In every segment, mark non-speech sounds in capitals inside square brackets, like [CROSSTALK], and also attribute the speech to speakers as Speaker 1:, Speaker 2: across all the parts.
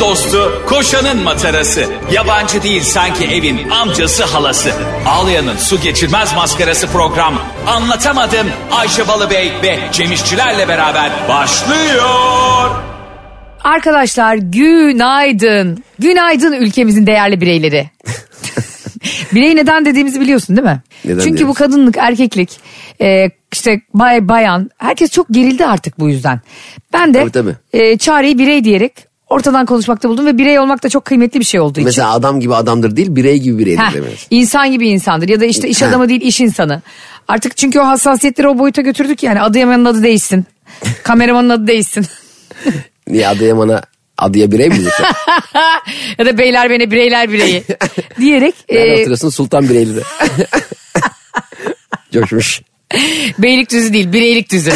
Speaker 1: dostu, koşanın matarası. Yabancı değil sanki evin amcası halası. Ağlayanın su geçirmez maskarası program. Anlatamadım Ayşe Balıbey ve Cemişçilerle beraber başlıyor.
Speaker 2: Arkadaşlar günaydın. Günaydın ülkemizin değerli
Speaker 3: [LAUGHS]
Speaker 2: bireyleri. Birey neden dediğimizi biliyorsun değil mi?
Speaker 3: Neden
Speaker 2: Çünkü bu
Speaker 3: diyoruz?
Speaker 2: kadınlık, erkeklik, e, işte bay bayan herkes çok gerildi artık bu yüzden. Ben de
Speaker 3: Tabii, tabii.
Speaker 2: e, çareyi birey diyerek ortadan konuşmakta buldum ve birey olmak da çok kıymetli bir şey olduğu için.
Speaker 3: Mesela adam gibi adamdır değil birey gibi bireydir
Speaker 2: Heh,
Speaker 3: demeniz.
Speaker 2: insan gibi insandır ya da işte iş
Speaker 3: şey. Heh.
Speaker 2: adamı değil iş insanı. Artık çünkü o hassasiyetleri o boyuta götürdük yani Adıyaman'ın adı
Speaker 3: [LAUGHS]
Speaker 2: değişsin. Kameramanın adı değişsin.
Speaker 3: Niye Adıyaman'a Adıya birey mi diyorsun?
Speaker 2: [LAUGHS] ya da beyler beni bireyler
Speaker 3: [LAUGHS]
Speaker 2: bireyi diyerek
Speaker 3: Nerede
Speaker 2: e,
Speaker 3: oturuyorsun?
Speaker 2: [LAUGHS]
Speaker 3: Sultan Bireyli'de. Coşmuş. [LAUGHS]
Speaker 2: Beylikdüzü değil bireylik düzü.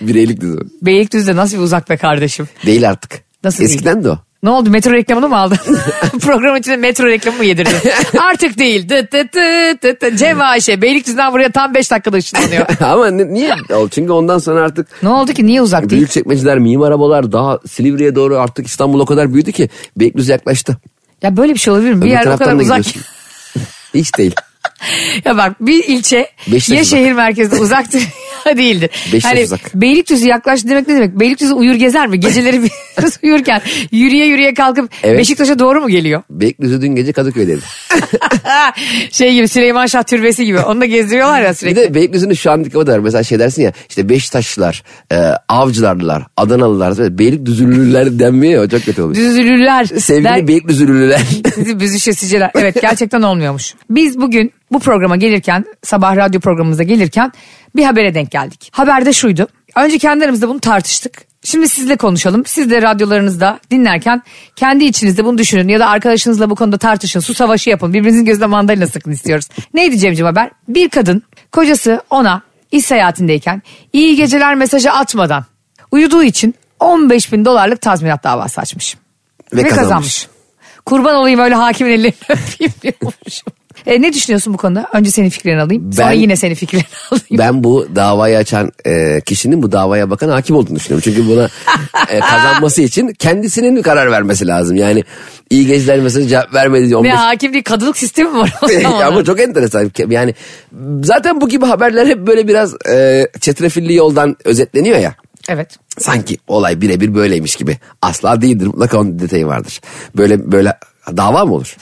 Speaker 3: Bireylik dizi.
Speaker 2: Beylikdüzü de nasıl bir uzak be kardeşim.
Speaker 3: Değil artık.
Speaker 2: Nasıl değil?
Speaker 3: Eskiden de o. [LAUGHS]
Speaker 2: Ne oldu metro reklamını mı aldın? [LAUGHS] Program içinde metro reklamı mı yedirdin?
Speaker 3: [LAUGHS]
Speaker 2: Artık değil. Dıt dıt dıt dıt dıt. Cem Ayşe Beylikdüzü'nden buraya tam 5 dakikada
Speaker 3: [LAUGHS]
Speaker 2: ışınlanıyor.
Speaker 3: Ama ne- niye? O Çünkü ondan sonra artık
Speaker 2: ne oldu ki niye uzak değil?
Speaker 3: büyük çekmeceler, mimar arabalar daha Silivri'ye doğru artık İstanbul o kadar büyüdü ki Beylikdüzü yaklaştı.
Speaker 2: Ya böyle bir şey olabilir mi? Bir
Speaker 3: Öbür
Speaker 2: yer o
Speaker 3: taraftan
Speaker 2: kadar
Speaker 3: da
Speaker 2: uzak.
Speaker 3: gidiyorsun. [LAUGHS] Hiç değil.
Speaker 2: [LAUGHS] Ya bak bir ilçe
Speaker 3: Beşiktaş
Speaker 2: ya
Speaker 3: uzak.
Speaker 2: şehir merkezinde uzaktır [LAUGHS] ya değildir. Hani
Speaker 3: Beşiktaş uzak.
Speaker 2: Beylikdüzü yaklaştı demek ne demek? Beylikdüzü uyur gezer mi? Geceleri [LAUGHS] biraz uyurken yürüye yürüye kalkıp
Speaker 3: Evet.
Speaker 2: Beşiktaş'a doğru mu
Speaker 3: [LAUGHS]
Speaker 2: geliyor?
Speaker 3: Beylikdüzü dün gece Kadıköy'deydi.
Speaker 2: şey gibi Süleyman Şah türbesi gibi. Onu da gezdiriyorlar ya
Speaker 3: Bir
Speaker 2: sürekli.
Speaker 3: de Beylikdüzü'nün şu andaki o da var. Mesela şey dersin ya işte Beşiktaşlılar, e, Avcılarlılar, Adanalılar, Beylikdüzülüler [LAUGHS] denmiyor ya o çok kötü oluyor.
Speaker 2: Düzülürler.
Speaker 3: Sevgili
Speaker 2: Der-
Speaker 3: Beylikdüzülüler.
Speaker 2: Bizi büzüşesiciler. Evet gerçekten olmuyormuş. Biz bugün bu programa gelirken sabah radyo programımıza gelirken bir habere denk geldik. Haberde şuydu. Önce kendi aramızda bunu tartıştık. Şimdi sizle konuşalım. Siz de radyolarınızda dinlerken kendi içinizde bunu düşünün ya da arkadaşınızla bu konuda tartışın. Su savaşı yapın. Birbirinizin gözüne mandalina sıkın istiyoruz. Neydi Cemciğim haber? Bir kadın kocası ona iş seyahatindeyken iyi geceler mesajı atmadan uyuduğu için 15 bin dolarlık tazminat davası açmış.
Speaker 3: Ve kazanmış.
Speaker 2: Kurban olayım öyle hakimin ellerini [LAUGHS] öpeyim diyormuşum. E, ne düşünüyorsun bu konuda? Önce senin fikrini alayım. sonra
Speaker 3: Ben-
Speaker 2: yine senin fikrini [LAUGHS] alayım.
Speaker 3: ben bu davayı açan e, kişinin bu davaya bakan hakim olduğunu düşünüyorum. Çünkü buna e, kazanması için kendisinin karar vermesi lazım. Yani iyi geceler mesela cevap vermedi diye
Speaker 2: Ne
Speaker 3: 15
Speaker 2: hakim değil kadılık sistemi mi var
Speaker 3: [LAUGHS]
Speaker 2: o
Speaker 3: Ama
Speaker 2: zaman?
Speaker 3: çok enteresan. Yani zaten bu gibi haberler hep böyle biraz e, çetrefilli yoldan özetleniyor ya.
Speaker 2: evet.
Speaker 3: Sanki olay birebir böyleymiş gibi. Asla değildir. Mutlaka onun detayı vardır. Böyle böyle dava
Speaker 2: [LAUGHS]
Speaker 3: mı olur?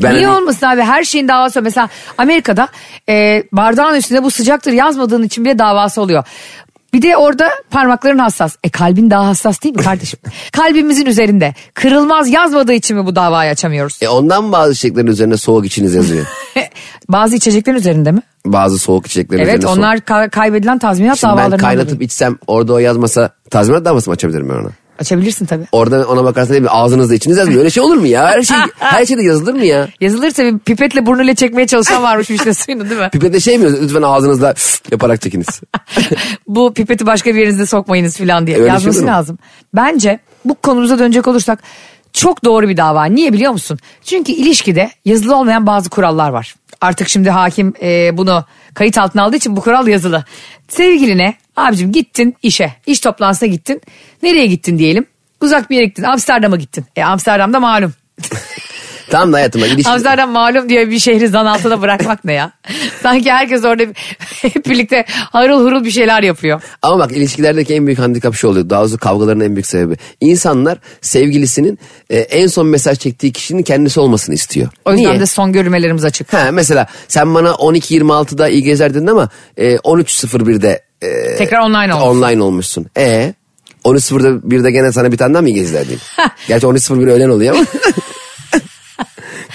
Speaker 2: Niye
Speaker 3: hani-
Speaker 2: olmasın abi her şeyin davası var. Mesela Amerika'da e, bardağın üstünde bu sıcaktır yazmadığın için bile davası oluyor. Bir de orada parmakların hassas. E kalbin daha hassas değil mi
Speaker 3: [LAUGHS]
Speaker 2: kardeşim? Kalbimizin üzerinde. Kırılmaz yazmadığı için mi bu davayı açamıyoruz?
Speaker 3: E ondan bazı çiçeklerin üzerine soğuk
Speaker 2: [LAUGHS]
Speaker 3: içiniz yazıyor.
Speaker 2: Bazı içeceklerin üzerinde mi?
Speaker 3: bazı soğuk çiçeklerin
Speaker 2: Evet
Speaker 3: üzerine soğuk.
Speaker 2: onlar ka- kaybedilen tazminat
Speaker 3: Şimdi ben
Speaker 2: davalarından
Speaker 3: kaynatıp
Speaker 2: dolayı.
Speaker 3: içsem orada o yazmasa tazminat davası mı açabilirim ben ona?
Speaker 2: Açabilirsin tabii.
Speaker 3: Orada ona bakarsan hep ağzınızda içiniz yazmıyor. Öyle şey olur mu ya?
Speaker 2: [LAUGHS]
Speaker 3: Her şey, her şeyde yazılır mı ya?
Speaker 2: Yazılır tabii pipetle burnuyla çekmeye çalışan
Speaker 3: [LAUGHS]
Speaker 2: varmış işte suyunu değil mi?
Speaker 3: Pipete şey mi yazıyor? Lütfen ağzınızda [LAUGHS] yaparak çekiniz.
Speaker 2: Bu pipeti başka bir yerinize sokmayınız falan diye
Speaker 3: Öyle şey
Speaker 2: yazması
Speaker 3: olur mu?
Speaker 2: lazım. Bence bu konumuza dönecek olursak çok doğru bir dava. Niye biliyor musun? Çünkü ilişkide yazılı olmayan bazı kurallar var. Artık şimdi hakim e, bunu kayıt altına aldığı için bu kural yazılı. Sevgiline abicim gittin işe, iş toplantısına gittin. Nereye gittin diyelim? Uzak bir yere gittin. Amsterdam'a gittin. E Amsterdam'da malum
Speaker 3: tamam
Speaker 2: [LAUGHS]
Speaker 3: da hayatım bak ilişki-
Speaker 2: Amsterdam malum diye bir şehri zan altına bırakmak ne ya? Sanki herkes orada hep birlikte harıl hurul bir şeyler yapıyor.
Speaker 3: Ama bak ilişkilerdeki en büyük handikap şu oluyor. Daha doğrusu kavgaların en büyük sebebi. İnsanlar sevgilisinin e, en son mesaj çektiği kişinin kendisi olmasını istiyor.
Speaker 2: O yüzden
Speaker 3: Niye?
Speaker 2: de son görülmelerimiz açık.
Speaker 3: Ha, mesela sen bana 12.26'da iyi gezer dedin ama e, 13.01'de e,
Speaker 2: Tekrar online olmuş.
Speaker 3: online olmuşsun. E 13.01'de bir de gene sana bir tane daha mı iyi gezer diyeyim? Gerçi 13.01 öğlen
Speaker 2: [LAUGHS]
Speaker 3: oluyor ama.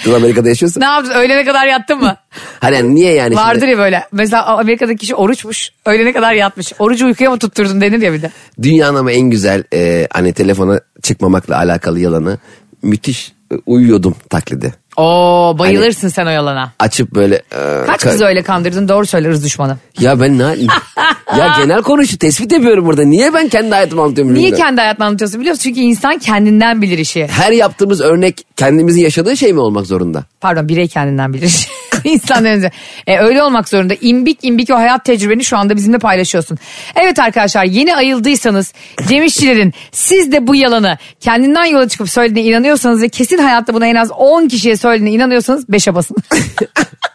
Speaker 3: Kız Amerika'da yaşıyorsun.
Speaker 2: Ne yaptın? Öğlene kadar yattın mı?
Speaker 3: Hani yani niye yani şimdi?
Speaker 2: Vardır ya böyle. Mesela Amerika'daki kişi oruçmuş. Öğlene kadar yatmış. Orucu uykuya mı tutturdun denir ya bir de.
Speaker 3: Dünyanın ama en güzel e, hani telefona çıkmamakla alakalı yalanı müthiş e, uyuyordum taklidi.
Speaker 2: Oo bayılırsın sen o yalana.
Speaker 3: Açıp böyle. e,
Speaker 2: Hani Kaç
Speaker 3: ka-
Speaker 2: kızı öyle kandırdın doğru söyleriz düşmanı.
Speaker 3: Ya ben
Speaker 2: [LAUGHS]
Speaker 3: ne halim? ya genel konuşu tespit yapıyorum burada. Niye ben kendi hayatımı anlatıyorum?
Speaker 2: Niye
Speaker 3: bilmiyorum.
Speaker 2: kendi hayatını anlatıyorsun biliyor musun? Çünkü insan kendinden bilir işi.
Speaker 3: Her yaptığımız örnek kendimizin yaşadığı şey mi olmak zorunda?
Speaker 2: Pardon birey kendinden bilir [LAUGHS] işi. İnsanların üzerine. E, öyle olmak zorunda. İmbik imbik o hayat tecrübeni şu anda bizimle paylaşıyorsun. Evet arkadaşlar yeni ayıldıysanız Cem İşçilerin siz de bu yalanı kendinden yola çıkıp söylediğine inanıyorsanız ve kesin hayatta buna en az 10 kişiye söylediğine inanıyorsanız 5'e basın. [LAUGHS]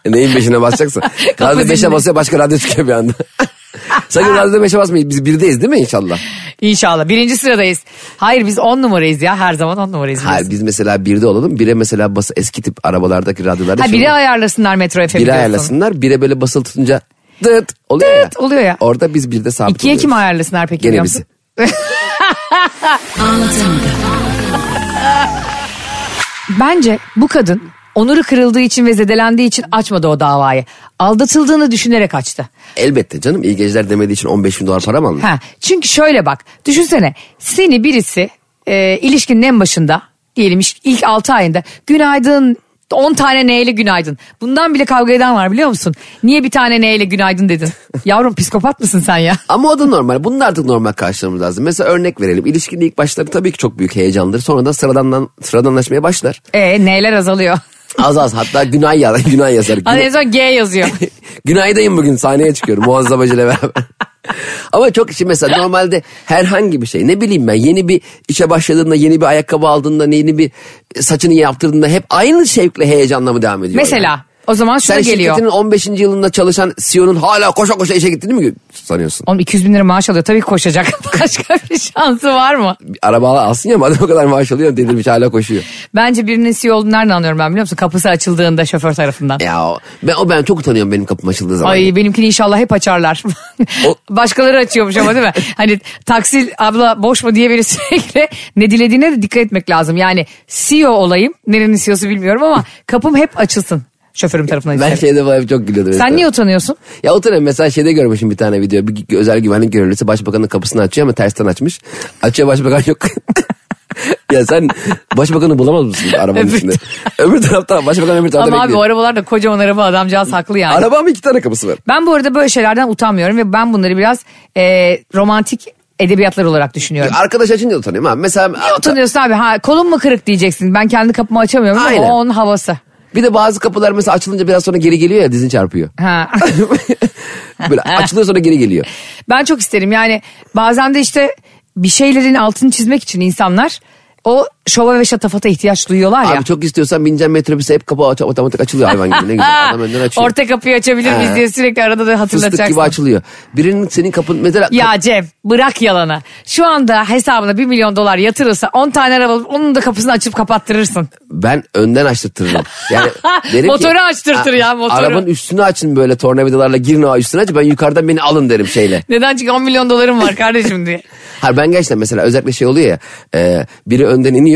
Speaker 3: E, Neyin beşine basacaksın?
Speaker 2: Kapı
Speaker 3: radyo beşe
Speaker 2: zilini.
Speaker 3: basıyor başka radyo çıkıyor bir
Speaker 2: [LAUGHS]
Speaker 3: anda. Sakın radyoda beşe basmayın. Biz birdeyiz değil mi inşallah?
Speaker 2: İnşallah. Birinci sıradayız. Hayır biz 10 numarayız ya. Her zaman 10 numarayız. biz.
Speaker 3: Hayır biz mesela birde olalım. Bire mesela bas, eski tip arabalardaki radyolarda.
Speaker 2: Ha
Speaker 3: şey
Speaker 2: biri
Speaker 3: olur.
Speaker 2: ayarlasınlar Metro FM'i
Speaker 3: bire
Speaker 2: diyorsun.
Speaker 3: ayarlasınlar. Bire böyle basılı tutunca dıt oluyor
Speaker 2: Dıt
Speaker 3: ya.
Speaker 2: oluyor ya.
Speaker 3: Orada biz birde sabit
Speaker 2: İkiye
Speaker 3: oluyoruz.
Speaker 2: kim ayarlasınlar peki?
Speaker 3: Gene
Speaker 2: biliyor
Speaker 3: bizi.
Speaker 2: musun? Bence bu kadın onuru kırıldığı için ve zedelendiği için açmadı o davayı. Aldatıldığını düşünerek açtı.
Speaker 3: Elbette canım iyi geceler demediği için 15 bin dolar para mı aldın?
Speaker 2: Ha, çünkü şöyle bak düşünsene seni birisi e, ilişkinin en başında diyelim iş- ilk 6 ayında günaydın 10 tane neyle günaydın. Bundan bile kavga eden var biliyor musun? Niye bir tane neyle günaydın dedin? Yavrum psikopat mısın sen ya?
Speaker 3: Ama o da normal. Bunu da artık normal karşılamamız lazım. Mesela örnek verelim. İlişkinin ilk başları tabii ki çok büyük heyecandır. Sonradan sıradandan, sıradanlaşmaya başlar.
Speaker 2: E neler azalıyor?
Speaker 3: Az az hatta günah, [LAUGHS] ya, günah yazar.
Speaker 2: Hani
Speaker 3: Günah,
Speaker 2: en son G yazıyor.
Speaker 3: [LAUGHS] günaydayım bugün sahneye çıkıyorum Muazzam Hoca ile beraber. [LAUGHS] Ama çok işi mesela normalde herhangi bir şey ne bileyim ben yeni bir işe başladığında yeni bir ayakkabı aldığında yeni bir saçını yaptırdığında hep aynı şevkle heyecanla mı devam ediyor? yani?
Speaker 2: Mesela o zaman şuna
Speaker 3: Sen
Speaker 2: geliyor.
Speaker 3: şirketinin 15. yılında çalışan CEO'nun hala koşa koşa işe gittiğini mi sanıyorsun?
Speaker 2: Oğlum 200 bin lira maaş alıyor tabii koşacak. [LAUGHS] Başka bir şansı var mı?
Speaker 3: Araba alsın ya madem o kadar maaş alıyor delirmiş hala koşuyor.
Speaker 2: Bence birinin CEO olduğunu nereden anlıyorum ben biliyor musun? Kapısı açıldığında şoför tarafından.
Speaker 3: Ya o- ben, o ben çok utanıyorum benim kapım açıldığı zaman.
Speaker 2: Ay benimkini inşallah hep açarlar.
Speaker 3: O-
Speaker 2: [LAUGHS] Başkaları açıyormuş ama değil mi? Hani taksil abla boş mu diye biri [LAUGHS] sürekli ne dilediğine de dikkat etmek lazım. Yani CEO olayım. Nerenin CEO'su bilmiyorum ama kapım hep açılsın. Şoförüm tarafından.
Speaker 3: Ben
Speaker 2: işte.
Speaker 3: şeyde falan çok gülüyordum.
Speaker 2: Sen niye utanıyorsun?
Speaker 3: Ya oturuyorum mesela şeyde görmüşüm bir tane video. Bir gü- özel güvenlik görevlisi başbakanın kapısını açıyor ama tersten açmış. Açıyor başbakan yok. [LAUGHS] ya sen başbakanı bulamaz mısın arabanın
Speaker 2: Öbür
Speaker 3: içinde? öbür tarafta başbakan öbür tarafta
Speaker 2: Ama abi o
Speaker 3: bekliyor.
Speaker 2: arabalar da kocaman araba adamcağız haklı yani.
Speaker 3: Arabam iki tane kapısı var.
Speaker 2: Ben bu arada böyle şeylerden utanmıyorum ve ben bunları biraz e, romantik edebiyatlar olarak düşünüyorum.
Speaker 3: Arkadaş açınca utanıyorum abi. Mesela
Speaker 2: Niye utanıyorsun abi? Ha, kolun mu kırık diyeceksin. Ben kendi kapımı açamıyorum ama
Speaker 3: Aynen.
Speaker 2: o onun havası.
Speaker 3: bir de bazı kapılar mesela açılınca biraz sonra geri geliyor ya
Speaker 2: [LAUGHS]
Speaker 3: dizin çarpıyor.
Speaker 2: Ha.
Speaker 3: Böyle açılıyor sonra geri geliyor.
Speaker 2: ben çok isterim yani bazen de işte bir şeylerin altını çizmek için insanlar o şova ve şatafata ihtiyaç duyuyorlar ya.
Speaker 3: Abi çok istiyorsan bineceğim metrobüse hep kapı aç- otomatik açılıyor hayvan gibi
Speaker 2: [LAUGHS]
Speaker 3: ne güzel. Adam önden açıyor.
Speaker 2: Orta kapıyı açabilir miyiz
Speaker 3: Ha.
Speaker 2: diye sürekli arada da
Speaker 3: Fıstık
Speaker 2: hatırlatacaksın.
Speaker 3: gibi açılıyor. Birinin senin kapın mesela
Speaker 2: Ya Cem bırak yalanı. Şu anda hesabına 1 milyon dolar yatırılsa 10 tane araba alıp onun da kapısını açıp kapattırırsın.
Speaker 3: ben önden açtırtırım.
Speaker 2: [LAUGHS]
Speaker 3: Yani derim ki,
Speaker 2: Motoru açtırtır
Speaker 3: "A-
Speaker 2: ya, motoru."
Speaker 3: Arabanın üstünü açın böyle tornavidalarla girin o üstüne aç ben yukarıdan beni alın derim şeyle.
Speaker 2: Neden çünkü 10 milyon dolarım var kardeşim
Speaker 3: [LAUGHS]
Speaker 2: diye.
Speaker 3: Hayır ben gerçekten mesela özellikle şey oluyor ya e, biri önden iniyor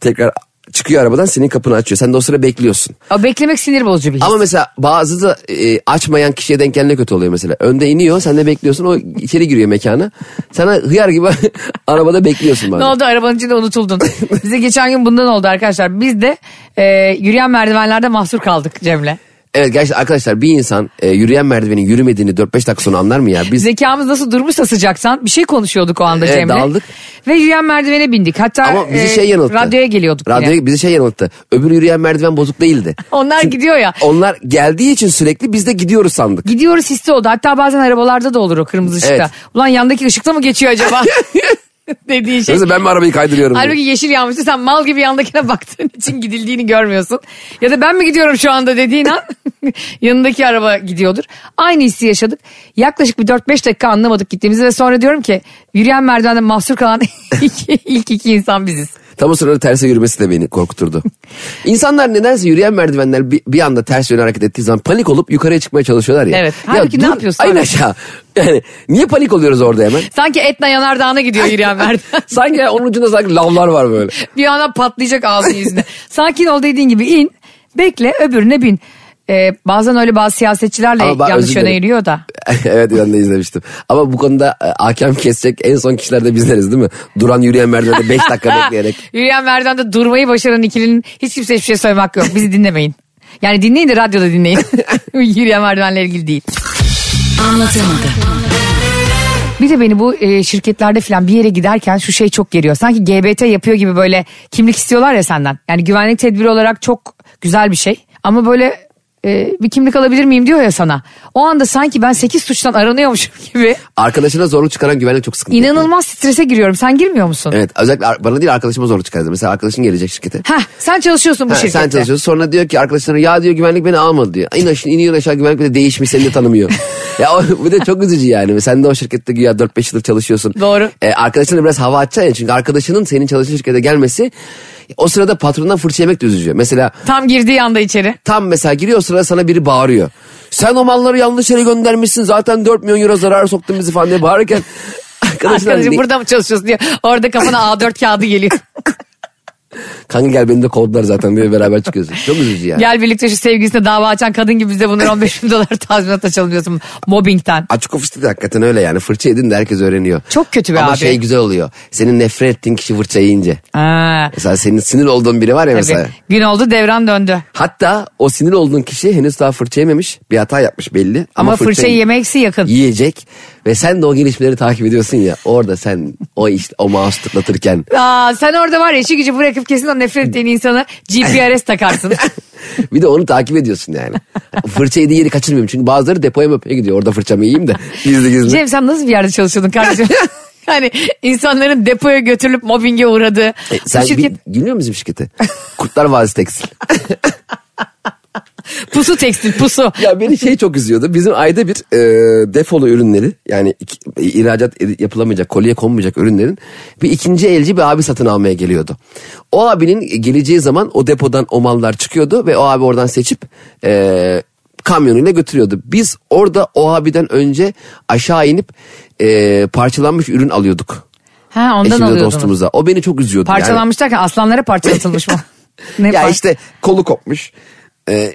Speaker 3: tekrar çıkıyor arabadan senin kapını açıyor. Sen de o sıra bekliyorsun.
Speaker 2: O beklemek sinir bozucu bir his.
Speaker 3: Ama mesela bazı da e, açmayan kişiye denk gelene kötü oluyor mesela. Önde iniyor sen de bekliyorsun o içeri giriyor mekana. Sana hıyar gibi [LAUGHS] arabada bekliyorsun bana.
Speaker 2: Ne oldu arabanın içinde
Speaker 3: [LAUGHS]
Speaker 2: unutuldun. Bize geçen gün bundan oldu arkadaşlar. Biz de e, yürüyen merdivenlerde mahsur kaldık Cem'le.
Speaker 3: Evet gerçekten arkadaşlar bir insan e, yürüyen merdivenin yürümediğini 4-5 dakika sonra anlar mı ya? Biz
Speaker 2: Zekamız nasıl durmuşsa sıcaktan bir şey konuşuyorduk o anda
Speaker 3: Evet,
Speaker 2: Cem'le.
Speaker 3: daldık.
Speaker 2: Ve yürüyen merdivene bindik. Hatta
Speaker 3: Ama bizi
Speaker 2: e,
Speaker 3: şey yanılttı.
Speaker 2: radyoya geliyorduk
Speaker 3: Radyoya
Speaker 2: yine.
Speaker 3: bizi şey yanılttı. Öbür yürüyen merdiven
Speaker 2: [LAUGHS]
Speaker 3: bozuk değildi.
Speaker 2: Onlar gidiyor ya.
Speaker 3: Onlar geldiği için sürekli biz de gidiyoruz sandık.
Speaker 2: Gidiyoruz hissi oldu. Hatta bazen arabalarda da olur o kırmızı ışıkta.
Speaker 3: Evet.
Speaker 2: Ulan yandaki ışıkta mı geçiyor
Speaker 3: [LAUGHS]
Speaker 2: acaba? [LAUGHS] dediği şey.
Speaker 3: Yoksa ben mi arabayı kaydırıyorum?
Speaker 2: Halbuki
Speaker 3: diye.
Speaker 2: yeşil yanmıştı sen mal gibi yandakine [LAUGHS] baktığın için gidildiğini görmüyorsun. Ya da ben mi gidiyorum şu anda dediğin an [LAUGHS] yanındaki araba gidiyordur. Aynı hissi yaşadık. Yaklaşık bir 4-5 dakika anlamadık gittiğimizi ve sonra diyorum ki yürüyen merdivende mahsur kalan [LAUGHS] iki- ilk iki insan biziz.
Speaker 3: Tam o sırada terse yürümesi de
Speaker 2: [LAUGHS]
Speaker 3: beni korkuturdu. İnsanlar nedense yürüyen merdivenler bir, bir anda ters yöne hareket ettiği zaman panik olup yukarıya çıkmaya çalışıyorlar ya.
Speaker 2: Evet.
Speaker 3: Ya
Speaker 2: Halbuki ne
Speaker 3: dur,
Speaker 2: yapıyorsun
Speaker 3: Aynen
Speaker 2: abi?
Speaker 3: aşağı. Yani niye panik oluyoruz
Speaker 2: [LAUGHS]
Speaker 3: orada hemen?
Speaker 2: Sanki Etna Yanardağ'ına gidiyor yürüyen merdiven. [LAUGHS]
Speaker 3: Sanki onun ucunda sanki lavlar var böyle. [LAUGHS]
Speaker 2: bir anda patlayacak ağzın yüzüne. Sakin ol dediğin gibi in bekle öbürüne bin. Ee, bazen öyle bazı siyasetçilerle
Speaker 3: Ama ben
Speaker 2: yanlış
Speaker 3: özür
Speaker 2: yöne
Speaker 3: dilerim.
Speaker 2: yürüyor da.
Speaker 3: evet ben de izlemiştim. Ama bu konuda e, hakem kesecek en son kişiler de bizleriz değil mi? Duran yürüyen merdivende 5
Speaker 2: [LAUGHS]
Speaker 3: dakika bekleyerek.
Speaker 2: Yürüyen merdivende durmayı başaran ikilinin hiç kimseye hiçbir şey söylemek yok. Bizi dinlemeyin. Yani dinleyin de radyoda
Speaker 3: [LAUGHS]
Speaker 2: dinleyin. Yürüyen merdivenle ilgili değil. Bir de beni bu e, şirketlerde falan bir yere giderken şu şey çok geliyor. Sanki GBT yapıyor gibi böyle kimlik istiyorlar ya senden. Yani güvenlik tedbiri olarak çok güzel bir şey. Ama böyle e, bir kimlik alabilir miyim diyor ya sana. O anda sanki ben 8 suçtan aranıyormuşum gibi
Speaker 3: Arkadaşına zorluk çıkaran güvenlik çok sıkıntı.
Speaker 2: inanılmaz strese giriyorum. Sen girmiyor musun?
Speaker 3: Evet özellikle ar- bana değil arkadaşıma zorluk çıkardı. Mesela arkadaşın gelecek şirkete.
Speaker 2: Heh, sen çalışıyorsun bu
Speaker 3: Ha,
Speaker 2: şirkette.
Speaker 3: sen çalışıyorsun sonra diyor ki arkadaşlarına ya diyor güvenlik beni almadı diyor. İn aşağı, iniyor aşağı güvenlik bile değişmiş seni de
Speaker 2: [LAUGHS]
Speaker 3: tanımıyor. ya o, bu da çok üzücü yani. Sen de o şirkette güya 4-5 yıldır çalışıyorsun.
Speaker 2: Doğru.
Speaker 3: Ee, arkadaşına biraz hava atacaksın ya çünkü arkadaşının senin çalıştığın şirkete gelmesi o sırada patrondan fırça yemek de üzücü. Mesela
Speaker 2: Tam girdiği anda içeri.
Speaker 3: tam mesela giriyor o sırada sana biri bağırıyor. Sen o malları yanlış yere göndermişsin zaten 4 milyon euro zarar soktun bizi falan
Speaker 2: [LAUGHS]
Speaker 3: diye bağırırken hani, arkadaşına
Speaker 2: Arkadaşım
Speaker 3: ne-
Speaker 2: burada mı çalışıyorsun diyor. Orada kafana
Speaker 3: [LAUGHS]
Speaker 2: A4 kağıdı geliyor.
Speaker 3: kanka gel beni de kovdular zaten diye beraber çıkıyorsun. Çok üzücü yani.
Speaker 2: Gel birlikte şu sevgilisine dava açan kadın gibi bize bunları 15 bin dolar tazminat açalım diyorsun. Mobbingten.
Speaker 3: Açık ofiste de hakikaten öyle yani. Fırça yedin de herkes öğreniyor.
Speaker 2: Çok kötü be
Speaker 3: Ama
Speaker 2: abi.
Speaker 3: şey güzel oluyor. Senin nefret ettiğin kişi fırça yiyince.
Speaker 2: Ha,
Speaker 3: Mesela senin sinir olduğun biri var ya
Speaker 2: tabii.
Speaker 3: mesela.
Speaker 2: Gün oldu devran döndü.
Speaker 3: Hatta o sinir olduğun kişi henüz daha fırça yememiş. Bir hata yapmış belli.
Speaker 2: Ama,
Speaker 3: Ama,
Speaker 2: fırçayı yemeksi yakın.
Speaker 3: yiyecek. Ve sen de o gelişmeleri takip ediyorsun ya. Orada sen o işte o mouse tıklatırken.
Speaker 2: Aa, sen orada var ya işi gücü bırakıp kesin o nefret ettiğin insana GPRS
Speaker 3: [LAUGHS]
Speaker 2: takarsın.
Speaker 3: bir de onu takip ediyorsun yani. Fırça yediği yeri kaçırmıyorum. Çünkü bazıları depoya möpeye gidiyor. Orada fırçamı yiyeyim de. Gizli gizli.
Speaker 2: Cem sen nasıl bir yerde çalışıyordun
Speaker 3: [LAUGHS]
Speaker 2: kardeşim? Yani insanların depoya götürülüp mobbinge uğradığı.
Speaker 3: E,
Speaker 2: Bu
Speaker 3: sen
Speaker 2: şirket
Speaker 3: şirket... bilmiyor musun bizim şirketi? Kurtlar Vadisi Tekstil.
Speaker 2: pusu tekstil pusu.
Speaker 3: ya beni şey çok üzüyordu. Bizim ayda bir e, defolu ürünleri yani iki- e, ihracat ed- yapılamayacak, kolye konmayacak ürünlerin bir ikinci elci bir abi satın almaya geliyordu. O abinin geleceği zaman o depodan o mallar çıkıyordu ve o abi oradan seçip e, kamyonuyla götürüyordu. Biz orada o abiden önce aşağı inip e, parçalanmış ürün alıyorduk.
Speaker 2: Ha ondan
Speaker 3: Eşimle
Speaker 2: alıyordunuz.
Speaker 3: dostumuza. O beni çok üzüyordu. yani.
Speaker 2: Parçalanmış derken aslanlara parçalatılmış
Speaker 3: [LAUGHS]
Speaker 2: mı? Ne
Speaker 3: Ya
Speaker 2: par-
Speaker 3: işte kolu kopmuş. e, e,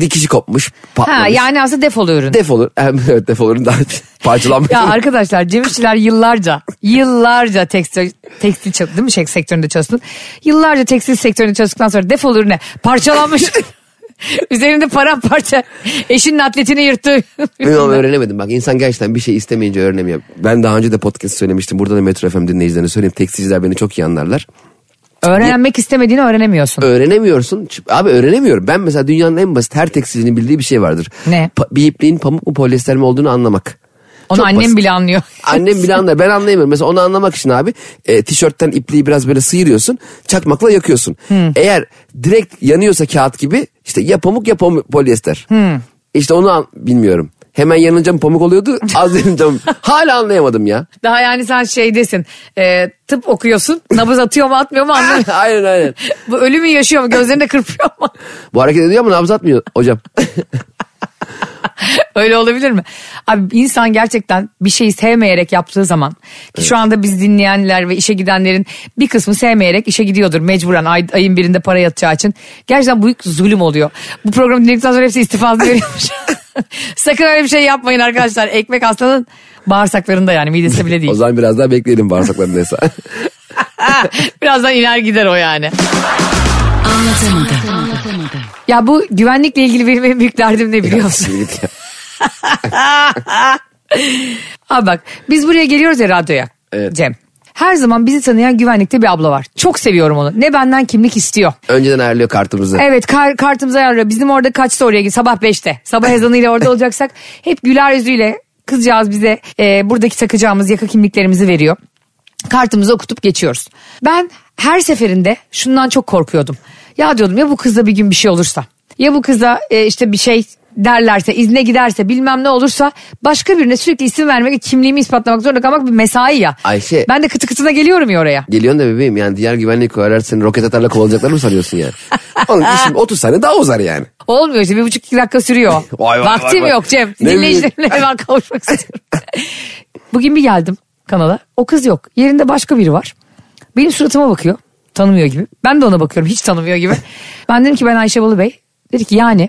Speaker 3: dikişi kopmuş. Patlamış.
Speaker 2: Ha yani aslında defolu ürün.
Speaker 3: Defolur. Hem [LAUGHS] evet defolurun daha parçalanmış. [LAUGHS]
Speaker 2: ya arkadaşlar Cem İşçiler yıllarca yıllarca tekstil tekstil çal- değil mi şey sektöründe çalıştın. Yıllarca tekstil sektöründe çalıştıktan sonra defol ürüne parçalanmış. [LAUGHS] Üzerinde paramparça eşinin atletini yırttı.
Speaker 3: Ben onu öğrenemedim bak insan gerçekten bir şey istemeyince öğrenemiyor. Ben daha önce de podcast söylemiştim. Burada da Metro FM dinleyicilerine söyleyeyim. Tekstilciler beni çok iyi anlarlar.
Speaker 2: Öğrenmek istemediğini öğrenemiyorsun.
Speaker 3: Öğrenemiyorsun. Ç- Abi öğrenemiyorum. Ben mesela dünyanın en basit her tekstilcinin bildiği bir şey vardır.
Speaker 2: Ne?
Speaker 3: Pa- bir ipliğin pamuk mu polyester mi olduğunu anlamak.
Speaker 2: Onu
Speaker 3: Çok
Speaker 2: annem
Speaker 3: basit.
Speaker 2: bile anlıyor. [LAUGHS]
Speaker 3: Annem bile anlar. Ben anlayamıyorum. Mesela onu anlamak için abi e, tişörtten ipliği biraz böyle sıyırıyorsun. Çakmakla yakıyorsun. Eğer direkt yanıyorsa kağıt gibi işte ya pamuk ya pamuk, polyester. İşte onu an- bilmiyorum. Hemen yanınca mı pamuk oluyordu? Az yanınca mı? Hala anlayamadım ya.
Speaker 2: Daha yani sen şeydesin e, tıp okuyorsun nabız atıyor mu atmıyor mu anlamıyor.
Speaker 3: [LAUGHS] aynen aynen.
Speaker 2: Bu ölü mü yaşıyor mu gözlerinde kırpıyor mu?
Speaker 3: Bu hareket ediyor ama nabız atmıyor hocam.
Speaker 2: [LAUGHS] Öyle olabilir mi? Abi insan gerçekten bir şeyi sevmeyerek yaptığı zaman ki şu anda biz dinleyenler ve işe gidenlerin bir kısmı sevmeyerek işe gidiyordur mecburen ay- ayın birinde para yatacağı için. Gerçekten büyük zulüm oluyor. Bu programı dinledikten sonra hepsi
Speaker 3: [LAUGHS]
Speaker 2: istifasını veriyormuş. [LAUGHS] Sakın öyle bir şey yapmayın arkadaşlar. Ekmek aslanın bağırsaklarında yani midesinde bile
Speaker 3: [LAUGHS] o
Speaker 2: değil.
Speaker 3: zaman biraz daha bekleyelim bağırsaklarındaysa.
Speaker 2: Ha, Birazdan iner gider o yani.
Speaker 4: Anlatamadım.
Speaker 2: Ya bu güvenlikle ilgili benim en büyük derdim ne biliyor musun? Abi bak biz buraya geliyoruz ya radyoya
Speaker 3: Evet.
Speaker 2: Cem. Her zaman bizi tanıyan güvenlikte bir abla var. Çok seviyorum onu. Ne benden kimlik istiyor.
Speaker 3: Önceden ayarlıyor kartımızı.
Speaker 2: Evet kar, kartımızı ayarlıyor. Bizim orada kaçta oraya git? Sabah 5'te.
Speaker 3: [LAUGHS]
Speaker 2: Sabah ezanıyla orada olacaksak hep güler yüzüyle kızcağız bize e, buradaki takacağımız yaka kimliklerimizi veriyor. Kartımızı okutup geçiyoruz. Ben her seferinde şundan çok korkuyordum. Ya diyordum ya bu kızla bir gün bir şey olursa. Ya bu kıza e, işte bir şey derlerse, izne giderse bilmem ne olursa başka birine sürekli isim vermek, kimliğimi ispatlamak zorunda kalmak bir mesai ya.
Speaker 3: Ayşe.
Speaker 2: Ben de kıtı kıtına geliyorum ya oraya.
Speaker 3: Geliyorsun da bebeğim yani diğer güvenlik koyarlar seni roket atarla kovalayacaklarını mı sanıyorsun yani? Oğlum işim 30 saniye daha uzar yani.
Speaker 2: Olmuyor işte bir buçuk iki dakika sürüyor.
Speaker 3: [LAUGHS] Vay vay
Speaker 2: Vaktim
Speaker 3: vay vay.
Speaker 2: yok Cem.
Speaker 3: Ne
Speaker 2: Dinleyicilerimle
Speaker 3: [LAUGHS]
Speaker 2: hemen kavuşmak istiyorum. Bugün bir geldim kanala. O kız yok. Yerinde başka biri var. Benim suratıma bakıyor. Tanımıyor gibi. Ben de ona bakıyorum hiç tanımıyor gibi. Ben dedim ki ben Ayşe Balı Bey. Dedi ki yani.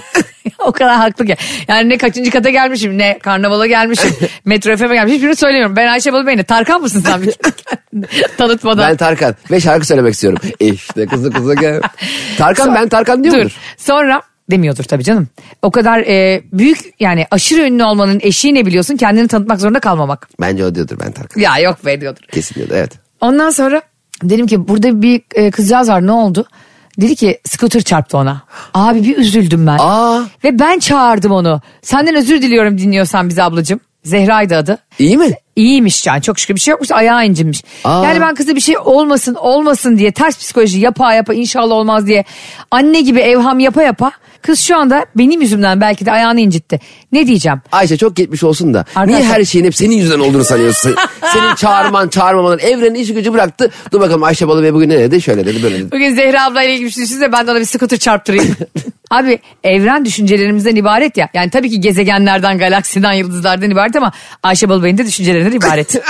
Speaker 2: [LAUGHS] o kadar haklı ki. Yani ne kaçıncı kata gelmişim ne karnavala
Speaker 3: [LAUGHS]
Speaker 2: gelmişim. Metro FM'e gelmişim. Hiçbirini söylemiyorum. Ben Ayşe Balı Bey'in de Tarkan mısın
Speaker 3: [LAUGHS]
Speaker 2: sen? [LAUGHS] bir kere? Tanıtmadan.
Speaker 3: Ben Tarkan ve şarkı
Speaker 2: [LAUGHS]
Speaker 3: söylemek istiyorum. İşte kızı kızı gel. Tarkan ben Tarkan diyor
Speaker 2: Dur.
Speaker 3: mudur?
Speaker 2: Sonra demiyordur tabii canım. O kadar e, büyük yani aşırı ünlü olmanın eşiği ne biliyorsun? Kendini tanıtmak zorunda kalmamak.
Speaker 3: Bence o diyordur ben Tarkan.
Speaker 2: Ya yok be diyordur.
Speaker 3: Kesin diyordur evet.
Speaker 2: Ondan sonra dedim ki burada bir e, kızcağız var ne oldu? Dedi ki scooter çarptı ona. Abi bir üzüldüm ben.
Speaker 3: Aa.
Speaker 2: Ve ben çağırdım onu. Senden özür diliyorum dinliyorsan bizi ablacığım. Zehra'ydı adı.
Speaker 3: İyi mi?
Speaker 2: İyiymiş yani çok şükür bir şey yokmuş ayağı incinmiş.
Speaker 3: Aa.
Speaker 2: Yani ben kızı bir şey olmasın olmasın diye ters psikoloji yapa yapa inşallah olmaz diye anne gibi evham yapa yapa kız şu anda benim yüzümden belki de ayağını incitti. Ne diyeceğim?
Speaker 3: Ayşe çok geçmiş olsun da niye
Speaker 2: Arkadaşlar-
Speaker 3: her şeyin hep senin yüzünden
Speaker 2: [LAUGHS]
Speaker 3: olduğunu sanıyorsun? Senin çağırman çağırmaman evrenin işi gücü bıraktı. Dur bakalım Ayşe Balıbey bugün ne dedi şöyle dedi böyle dedi.
Speaker 2: Bugün Zehra ablayla ilgili bir şey düşünsene, ben de ona bir scooter
Speaker 3: [LAUGHS]
Speaker 2: çarptırayım. Abi evren düşüncelerimizden ibaret ya. Yani tabii ki gezegenlerden, galaksiden, yıldızlardan ibaret ama Ayşe Balıbey'in de düşüncelerinden
Speaker 3: [LAUGHS]
Speaker 2: ibaret.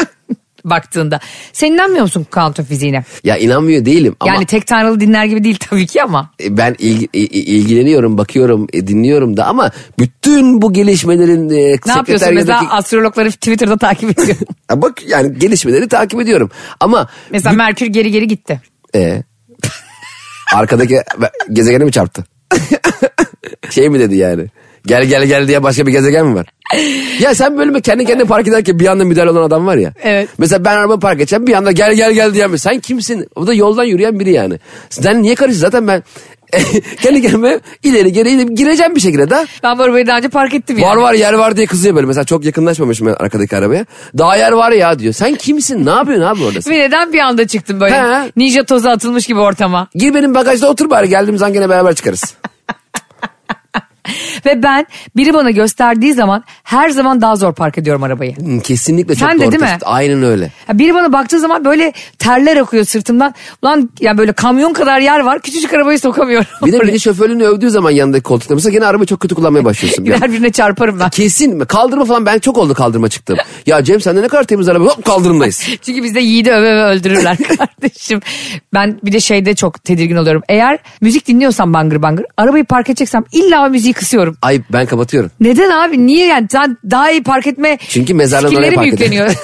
Speaker 2: baktığında. Sen inanmıyor musun kuantum fiziğine?
Speaker 3: Ya inanmıyor değilim ama e,
Speaker 2: Yani tek tanrılı dinler gibi değil tabii ki ama.
Speaker 3: ben ilgi- i- i- ilgileniyorum, bakıyorum, e, dinliyorum da ama bütün bu gelişmelerin e,
Speaker 2: Ne yapıyorsun mesela
Speaker 3: sekreteryadaki-
Speaker 2: astrologları Twitter'da takip
Speaker 3: [LAUGHS]
Speaker 2: ediyorum.
Speaker 3: Ya bak yani gelişmeleri takip ediyorum. Ama
Speaker 2: mesela Merkür geri geri gitti.
Speaker 3: e, arkadaki gezegeni mi çarptı? şey mi dedi yani? Gel gel gel diye başka bir gezegen mi var? Ya sen böyle mi kendi kendine park ederken bir anda müdahale olan adam var ya.
Speaker 2: Evet.
Speaker 3: Mesela ben araba park edeceğim bir anda gel gel gel diyen bir- Sen kimsin? O da yoldan yürüyen biri yani. Sen niye karışıyorsun? Zaten ben [LAUGHS] kendi kendime ileri geri ileri gireceğim bir şekilde de.
Speaker 2: Ben bu arabayı daha önce park ettim ya.
Speaker 3: Var var yer var diye kızıyor böyle. Mesela çok yakınlaşmamışım ben arkadaki arabaya. Daha yer var ya diyor. Sen kimsin? Ne yapıyorsun abi orada?
Speaker 2: Ve neden bir anda çıktın böyle
Speaker 3: He.
Speaker 2: ninja tozu atılmış gibi ortama?
Speaker 3: Gir benim bagajda otur bari geldiğimiz an gene beraber çıkarız.
Speaker 2: Ve ben biri bana gösterdiği zaman her zaman daha zor park ediyorum arabayı.
Speaker 3: Hmm, Kesinlikle çok
Speaker 2: Sen de
Speaker 3: doğru.
Speaker 2: değil mi?
Speaker 3: tespit. Aynen öyle.
Speaker 2: Ya biri bana baktığı zaman böyle terler akıyor sırtımdan. Ulan ya böyle kamyon kadar yer var küçücük arabayı sokamıyorum.
Speaker 3: Bir de biri şoförünü övdüğü zaman yanındaki koltukta mesela gene arabayı çok kötü kullanmaya başlıyorsun. bir
Speaker 2: [LAUGHS]
Speaker 3: an.
Speaker 2: [LAUGHS] Gider birine çarparım ben.
Speaker 3: Kesin mi? Kaldırma falan ben çok oldu kaldırma çıktım. Ya Cem sende ne kadar temiz araba
Speaker 2: [LAUGHS]
Speaker 3: hop kaldırımdayız.
Speaker 2: Çünkü bizde yiğidi öve öve öldürürler [LAUGHS] kardeşim. Ben bir de şeyde çok tedirgin oluyorum. Eğer müzik dinliyorsam bangır bangır arabayı park edeceksem illa o müziği kısıyorum.
Speaker 3: Ay ben kapatıyorum. [LAUGHS]
Speaker 2: Neden abi? Niye yani? Sen daha iyi park etme
Speaker 3: Çünkü mezarlığın oraya
Speaker 2: skillleri mi
Speaker 3: park
Speaker 2: yükleniyor?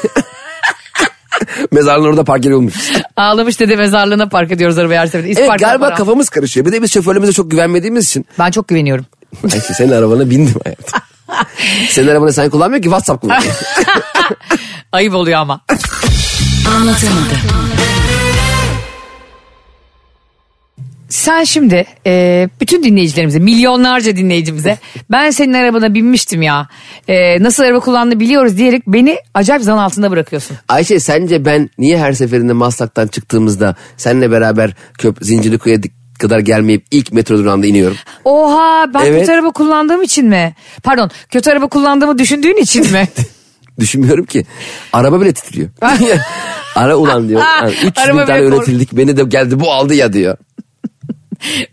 Speaker 3: [LAUGHS] Mezarlığın orada park yeri olmuş.
Speaker 2: Ağlamış dede mezarlığına park ediyoruz arabayı her seferinde.
Speaker 3: Evet
Speaker 2: İsparta
Speaker 3: galiba
Speaker 2: para.
Speaker 3: kafamız karışıyor. Bir de biz şoförlerimize çok güvenmediğimiz
Speaker 2: [LAUGHS]
Speaker 3: için.
Speaker 2: Ben çok güveniyorum.
Speaker 3: Ayşe senin arabana bindim
Speaker 2: [LAUGHS]
Speaker 3: hayatım. senin arabanı sen kullanmıyor ki WhatsApp kullanıyor.
Speaker 2: Ayıp oluyor ama. Sen şimdi e, bütün dinleyicilerimize, milyonlarca dinleyicimize ben senin arabana binmiştim ya. E, nasıl araba kullandığını biliyoruz diyerek beni acayip zan altında bırakıyorsun.
Speaker 3: Ayşe sence ben niye her seferinde Maslak'tan çıktığımızda seninle beraber köp Zincirlikuyu'ya dik- kadar gelmeyip ilk metro durağında iniyorum?
Speaker 2: Oha ben
Speaker 3: Evet.
Speaker 2: kötü araba kullandığım için mi? Pardon kötü araba kullandığımı düşündüğün için
Speaker 3: [LAUGHS]
Speaker 2: mi?
Speaker 3: Düşünmüyorum ki. Araba
Speaker 2: [LAUGHS]
Speaker 3: bile titriyor. Ara ulan diyor. Yani 300 bin
Speaker 2: Ah, Araba
Speaker 3: tane
Speaker 2: bile kork-
Speaker 3: üretildik beni de geldi bu aldı ya diyor.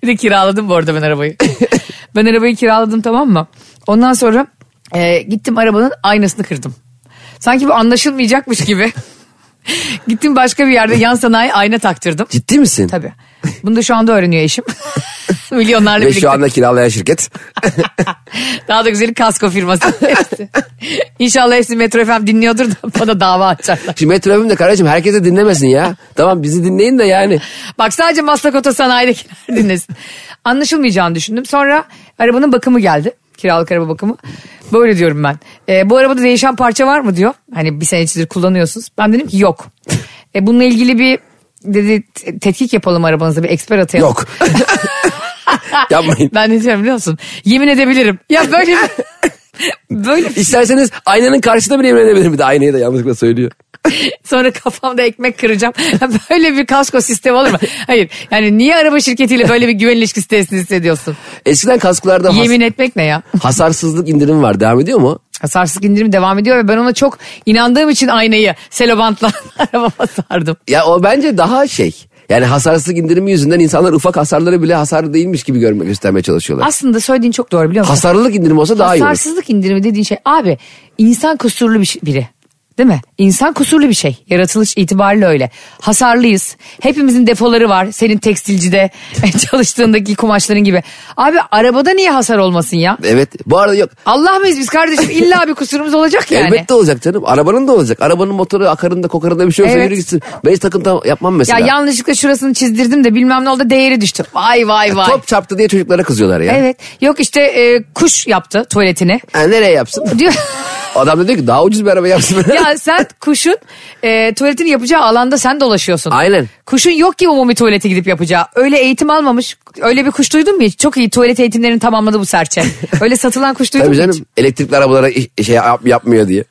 Speaker 2: Bir de kiraladım bu arada ben arabayı.
Speaker 3: [LAUGHS]
Speaker 2: ben arabayı kiraladım tamam mı? Ondan sonra e, gittim arabanın aynasını kırdım. Sanki bu anlaşılmayacakmış gibi. [LAUGHS] gittim başka bir yerde yan sanayi ayna taktırdım.
Speaker 3: Ciddi misin?
Speaker 2: Tabii. Bunu da şu anda öğreniyor eşim. [LAUGHS] Milyonlarla
Speaker 3: Ve
Speaker 2: birlikte.
Speaker 3: şu anda kiralayan şirket.
Speaker 2: Daha da güzeli kasko
Speaker 3: [LAUGHS]
Speaker 2: firması. Hepsi. İnşallah hepsi Metro FM dinliyordur da bana dava açarlar.
Speaker 3: Şimdi metro evim de kardeşim herkese dinlemesin ya. Tamam bizi dinleyin de yani.
Speaker 2: Bak sadece Maslak Otosanayi'dekiler [LAUGHS] dinlesin. Anlaşılmayacağını düşündüm. Sonra arabanın bakımı geldi. Kiralık araba bakımı. Böyle diyorum ben. E, bu arabada değişen parça var mı diyor. Hani bir senedir kullanıyorsunuz. Ben dedim ki yok. E, bununla ilgili bir dedi te- tetkik yapalım arabanızda bir eksper atayalım. [LAUGHS]
Speaker 3: Yok. Yapmayın.
Speaker 2: Ben ne diyorum biliyor musun? Yemin edebilirim. Ya böyle bir... böyle bir-
Speaker 3: İsterseniz aynanın karşısında bile evlenebilirim. Bir de aynayı da yanlışlıkla söylüyor.
Speaker 2: sonra kafamda ekmek kıracağım. böyle bir kasko sistemi olur mu? Hayır. Yani niye araba şirketiyle böyle bir güven ilişkisi tesis hissediyorsun?
Speaker 3: Eskiden kasklarda has-
Speaker 2: Yemin etmek ne ya?
Speaker 3: hasarsızlık indirimi var. Devam ediyor mu?
Speaker 2: Hasarsız indirim devam ediyor ve ben ona çok inandığım için aynayı selobantla [LAUGHS] arabama sardım.
Speaker 3: Ya o bence daha şey. Yani hasarsızlık indirimi yüzünden insanlar ufak hasarları bile hasar değilmiş gibi görmek göstermeye çalışıyorlar.
Speaker 2: Aslında söylediğin çok doğru biliyor musun?
Speaker 3: Hasarlılık indirimi olsa daha iyi olur.
Speaker 2: Hasarsızlık indirimi dediğin şey abi insan kusurlu bir şey- biri. Değil mi? İnsan kusurlu bir şey. Yaratılış itibariyle öyle. Hasarlıyız. Hepimizin defoları var. Senin tekstilcide [LAUGHS] çalıştığındaki kumaşların gibi. Abi arabada niye hasar olmasın ya?
Speaker 3: Evet. Bu arada yok.
Speaker 2: Allah mıyız biz kardeşim?
Speaker 3: [LAUGHS]
Speaker 2: İlla bir kusurumuz olacak yani.
Speaker 3: Elbette olacak canım. Arabanın da olacak. Arabanın motoru akarında kokarında bir şey olsa
Speaker 2: Evet.
Speaker 3: yürü gitsin. Ben hiç takıntı yapmam
Speaker 2: Ya
Speaker 3: mesela.
Speaker 2: yanlışlıkla şurasını çizdirdim de bilmem ne oldu değeri düştü. Vay vay vay.
Speaker 3: E, Top çarptı diye çocuklara kızıyorlar ya.
Speaker 2: Evet. Yok işte e, kuş yaptı tuvaletini.
Speaker 3: [LAUGHS] Ha, nereye yapsın?
Speaker 2: Diyor
Speaker 3: Adam da diyor ki daha ucuz bir araba [LAUGHS] yapsın.
Speaker 2: Ya sen kuşun e, tuvaletini yapacağı alanda sen dolaşıyorsun.
Speaker 3: Aynen.
Speaker 2: Kuşun yok ki umumi tuvalete gidip yapacağı. Öyle eğitim almamış. Öyle bir kuş duydun mu hiç? Çok iyi tuvalet eğitimlerini tamamladı bu
Speaker 3: [LAUGHS]
Speaker 2: serçe. Öyle satılan kuş duydun mu
Speaker 3: Tabii
Speaker 2: hiç?
Speaker 3: canım elektrikli arabalara iş- şey yap- yapmıyor diye.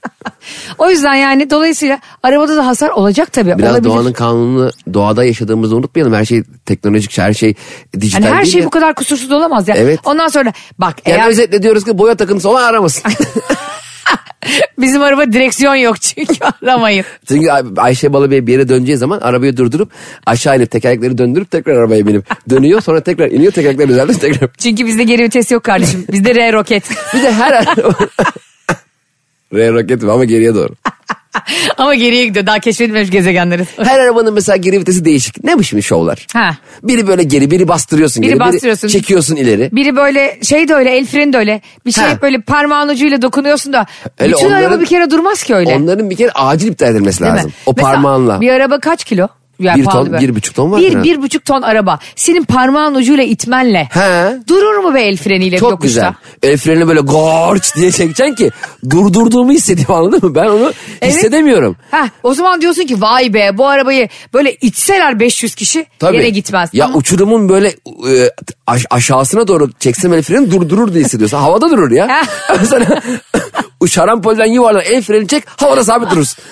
Speaker 2: O yüzden yani dolayısıyla arabada da hasar olacak tabii.
Speaker 3: Biraz
Speaker 2: Olabilir.
Speaker 3: doğanın kanunu doğada yaşadığımızı unutmayalım. Her şey teknolojik, her şey dijital
Speaker 2: Yani her
Speaker 3: değil
Speaker 2: şey
Speaker 3: ya.
Speaker 2: bu kadar kusursuz olamaz ya.
Speaker 3: Evet.
Speaker 2: Ondan sonra bak
Speaker 3: Yani
Speaker 2: eğer
Speaker 3: özetle diyoruz ki boya takıntısı olan aramasın.
Speaker 2: [LAUGHS] bizim araba direksiyon yok çünkü aramayın.
Speaker 3: Çünkü Ay- Ayşe Balıbey bir yere döneceği zaman arabayı durdurup aşağı inip tekerlekleri döndürüp tekrar arabaya binip dönüyor sonra tekrar iniyor tekerlekler üzerinde tekrar. [LAUGHS]
Speaker 2: Çünkü bizde geri vites yok kardeşim. Bizde R roket.
Speaker 3: Bir de her araba... R roket mi ama geriye doğru.
Speaker 2: [LAUGHS] Ama geriye gidiyor. Daha keşfedilmemiş gezegenleri.
Speaker 3: Her arabanın mesela geri vitesi değişik. Ne bu şimdi şovlar?
Speaker 2: Ha.
Speaker 3: Biri böyle geri, biri bastırıyorsun
Speaker 2: Biri
Speaker 3: geri,
Speaker 2: bastırıyorsun.
Speaker 3: çekiyorsun ileri.
Speaker 2: Biri böyle şey de öyle el freni de öyle. Bir şey
Speaker 3: Ha.
Speaker 2: böyle parmağın ucuyla dokunuyorsun da.
Speaker 3: Öyle
Speaker 2: bütün araba
Speaker 3: onların-
Speaker 2: bir kere durmaz ki öyle.
Speaker 3: Onların bir kere acil iptal edilmesi
Speaker 2: Değil mi?
Speaker 3: lazım. O
Speaker 2: Mesela
Speaker 3: parmağınla.
Speaker 2: Bir araba kaç kilo? Yani
Speaker 3: Bir
Speaker 2: pahalı
Speaker 3: ton,
Speaker 2: böyle.
Speaker 3: bir buçuk ton var
Speaker 2: Bir,
Speaker 3: herhalde.
Speaker 2: bir buçuk ton araba. Senin parmağın ucuyla itmenle.
Speaker 3: He.
Speaker 2: Durur mu be el freniyle
Speaker 3: Çok
Speaker 2: yokuşta?
Speaker 3: güzel. El freni böyle gorç diye çekeceksin ki durdurduğumu hissediyorum anladın mı? Ben onu
Speaker 2: Evet.
Speaker 3: hissedemiyorum.
Speaker 2: Heh, o zaman diyorsun ki vay be bu arabayı böyle itseler 500 kişi
Speaker 3: Tabii.
Speaker 2: yere gitmez.
Speaker 3: Ya
Speaker 2: Ama-
Speaker 3: uçurumun böyle e, aş- aşağısına doğru çeksem el freni durdurur
Speaker 2: [LAUGHS]
Speaker 3: diye hissediyorsun. Havada durur ya. [LAUGHS] Mesela uçaran polden yuvarlan el freni çek havada
Speaker 2: [LAUGHS]
Speaker 3: sabit durursun.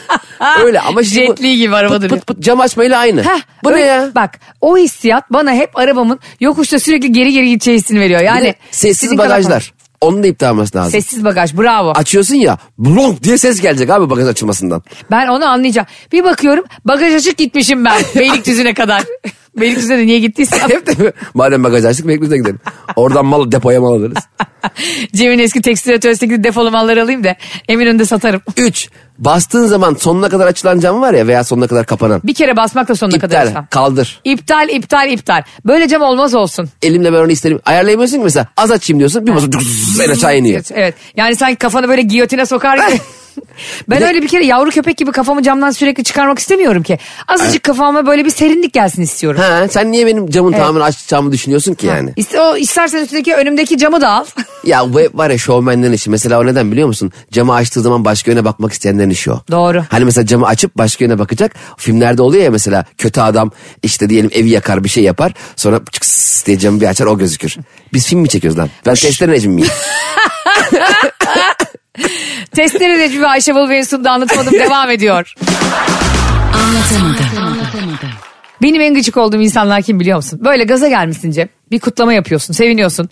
Speaker 3: Öyle ama şimdi bu-
Speaker 2: Jetli gibi araba
Speaker 3: pıt,
Speaker 2: duruyor.
Speaker 3: pıt pıt cam açmayla aynı.
Speaker 2: Heh,
Speaker 3: Bu ne
Speaker 2: öyle-
Speaker 3: ya?
Speaker 2: Bak o hissiyat bana hep arabamın yokuşta sürekli geri geri gideceği hissini veriyor.
Speaker 3: Bir de
Speaker 2: Yani
Speaker 3: sessiz
Speaker 2: Hani sizin kadar-
Speaker 3: bagajlar. Onun da iptal olması lazım.
Speaker 2: Sessiz bagaj bravo.
Speaker 3: Açıyorsun ya blonk diye ses gelecek abi bagaj açılmasından.
Speaker 2: [LAUGHS] Ben onu anlayacağım. Bir bakıyorum bagaj açık gitmişim
Speaker 3: [LAUGHS]
Speaker 2: ben Beylikdüzü'ne kadar. Beylikdüzü'ne niye gittiysem. [LAUGHS]
Speaker 3: Hep de madem bagaj açtık Mekbuz'a gidelim. Oradan mal depoya mal alırız.
Speaker 2: Cem'in eski tekstil atölyesindeki depolu malları alayım da Eminönü'nde satarım.
Speaker 3: 3. Bastığın zaman sonuna kadar açılan cam var ya veya sonuna kadar kapanan.
Speaker 2: Bir kere basmakla sonuna kadar
Speaker 3: İptal
Speaker 2: açsam.
Speaker 3: kaldır.
Speaker 2: İptal iptal iptal. Böyle cam olmaz olsun.
Speaker 3: Elimle ben onu isterim. Ayarlayamıyorsun ki mesela az açayım diyorsun [LAUGHS] bir basıp cüks en Eh. aşağı iniyor.
Speaker 2: Evet. Yani sanki kafanı böyle giyotine sokar gibi. Ben öyle bir kere yavru köpek gibi kafamı camdan sürekli çıkarmak istemiyorum ki.
Speaker 3: Eh.
Speaker 2: Azıcık kafama böyle bir serinlik gelsin istiyorum.
Speaker 3: Ha, sen niye benim camın tamamen açacağımı düşünüyorsun ki yani?
Speaker 2: İste, o istersen üstündeki önümdeki camı da al. [LAUGHS]
Speaker 3: Ya bu hep var ya şovmenlerin işi. Mesela o neden biliyor musun? Camı açtığı zaman başka yöne bakmak isteyenlerin işi o.
Speaker 2: Doğru.
Speaker 3: Hani mesela camı açıp başka yöne bakacak. Filmlerde oluyor ya mesela kötü adam işte diyelim evi yakar bir şey yapar. Sonra çıks diye camı bir açar o gözükür. Biz film mi çekiyoruz lan? Ben testere necim miyim?
Speaker 2: Testleri Recep ve Ayşe Balıbey'in sunduğu anlatamadım devam ediyor. Benim en gıcık olduğum insanlar kim biliyor musun? Böyle gaza gelmişsin Cem. Bir kutlama yapıyorsun, seviniyorsun.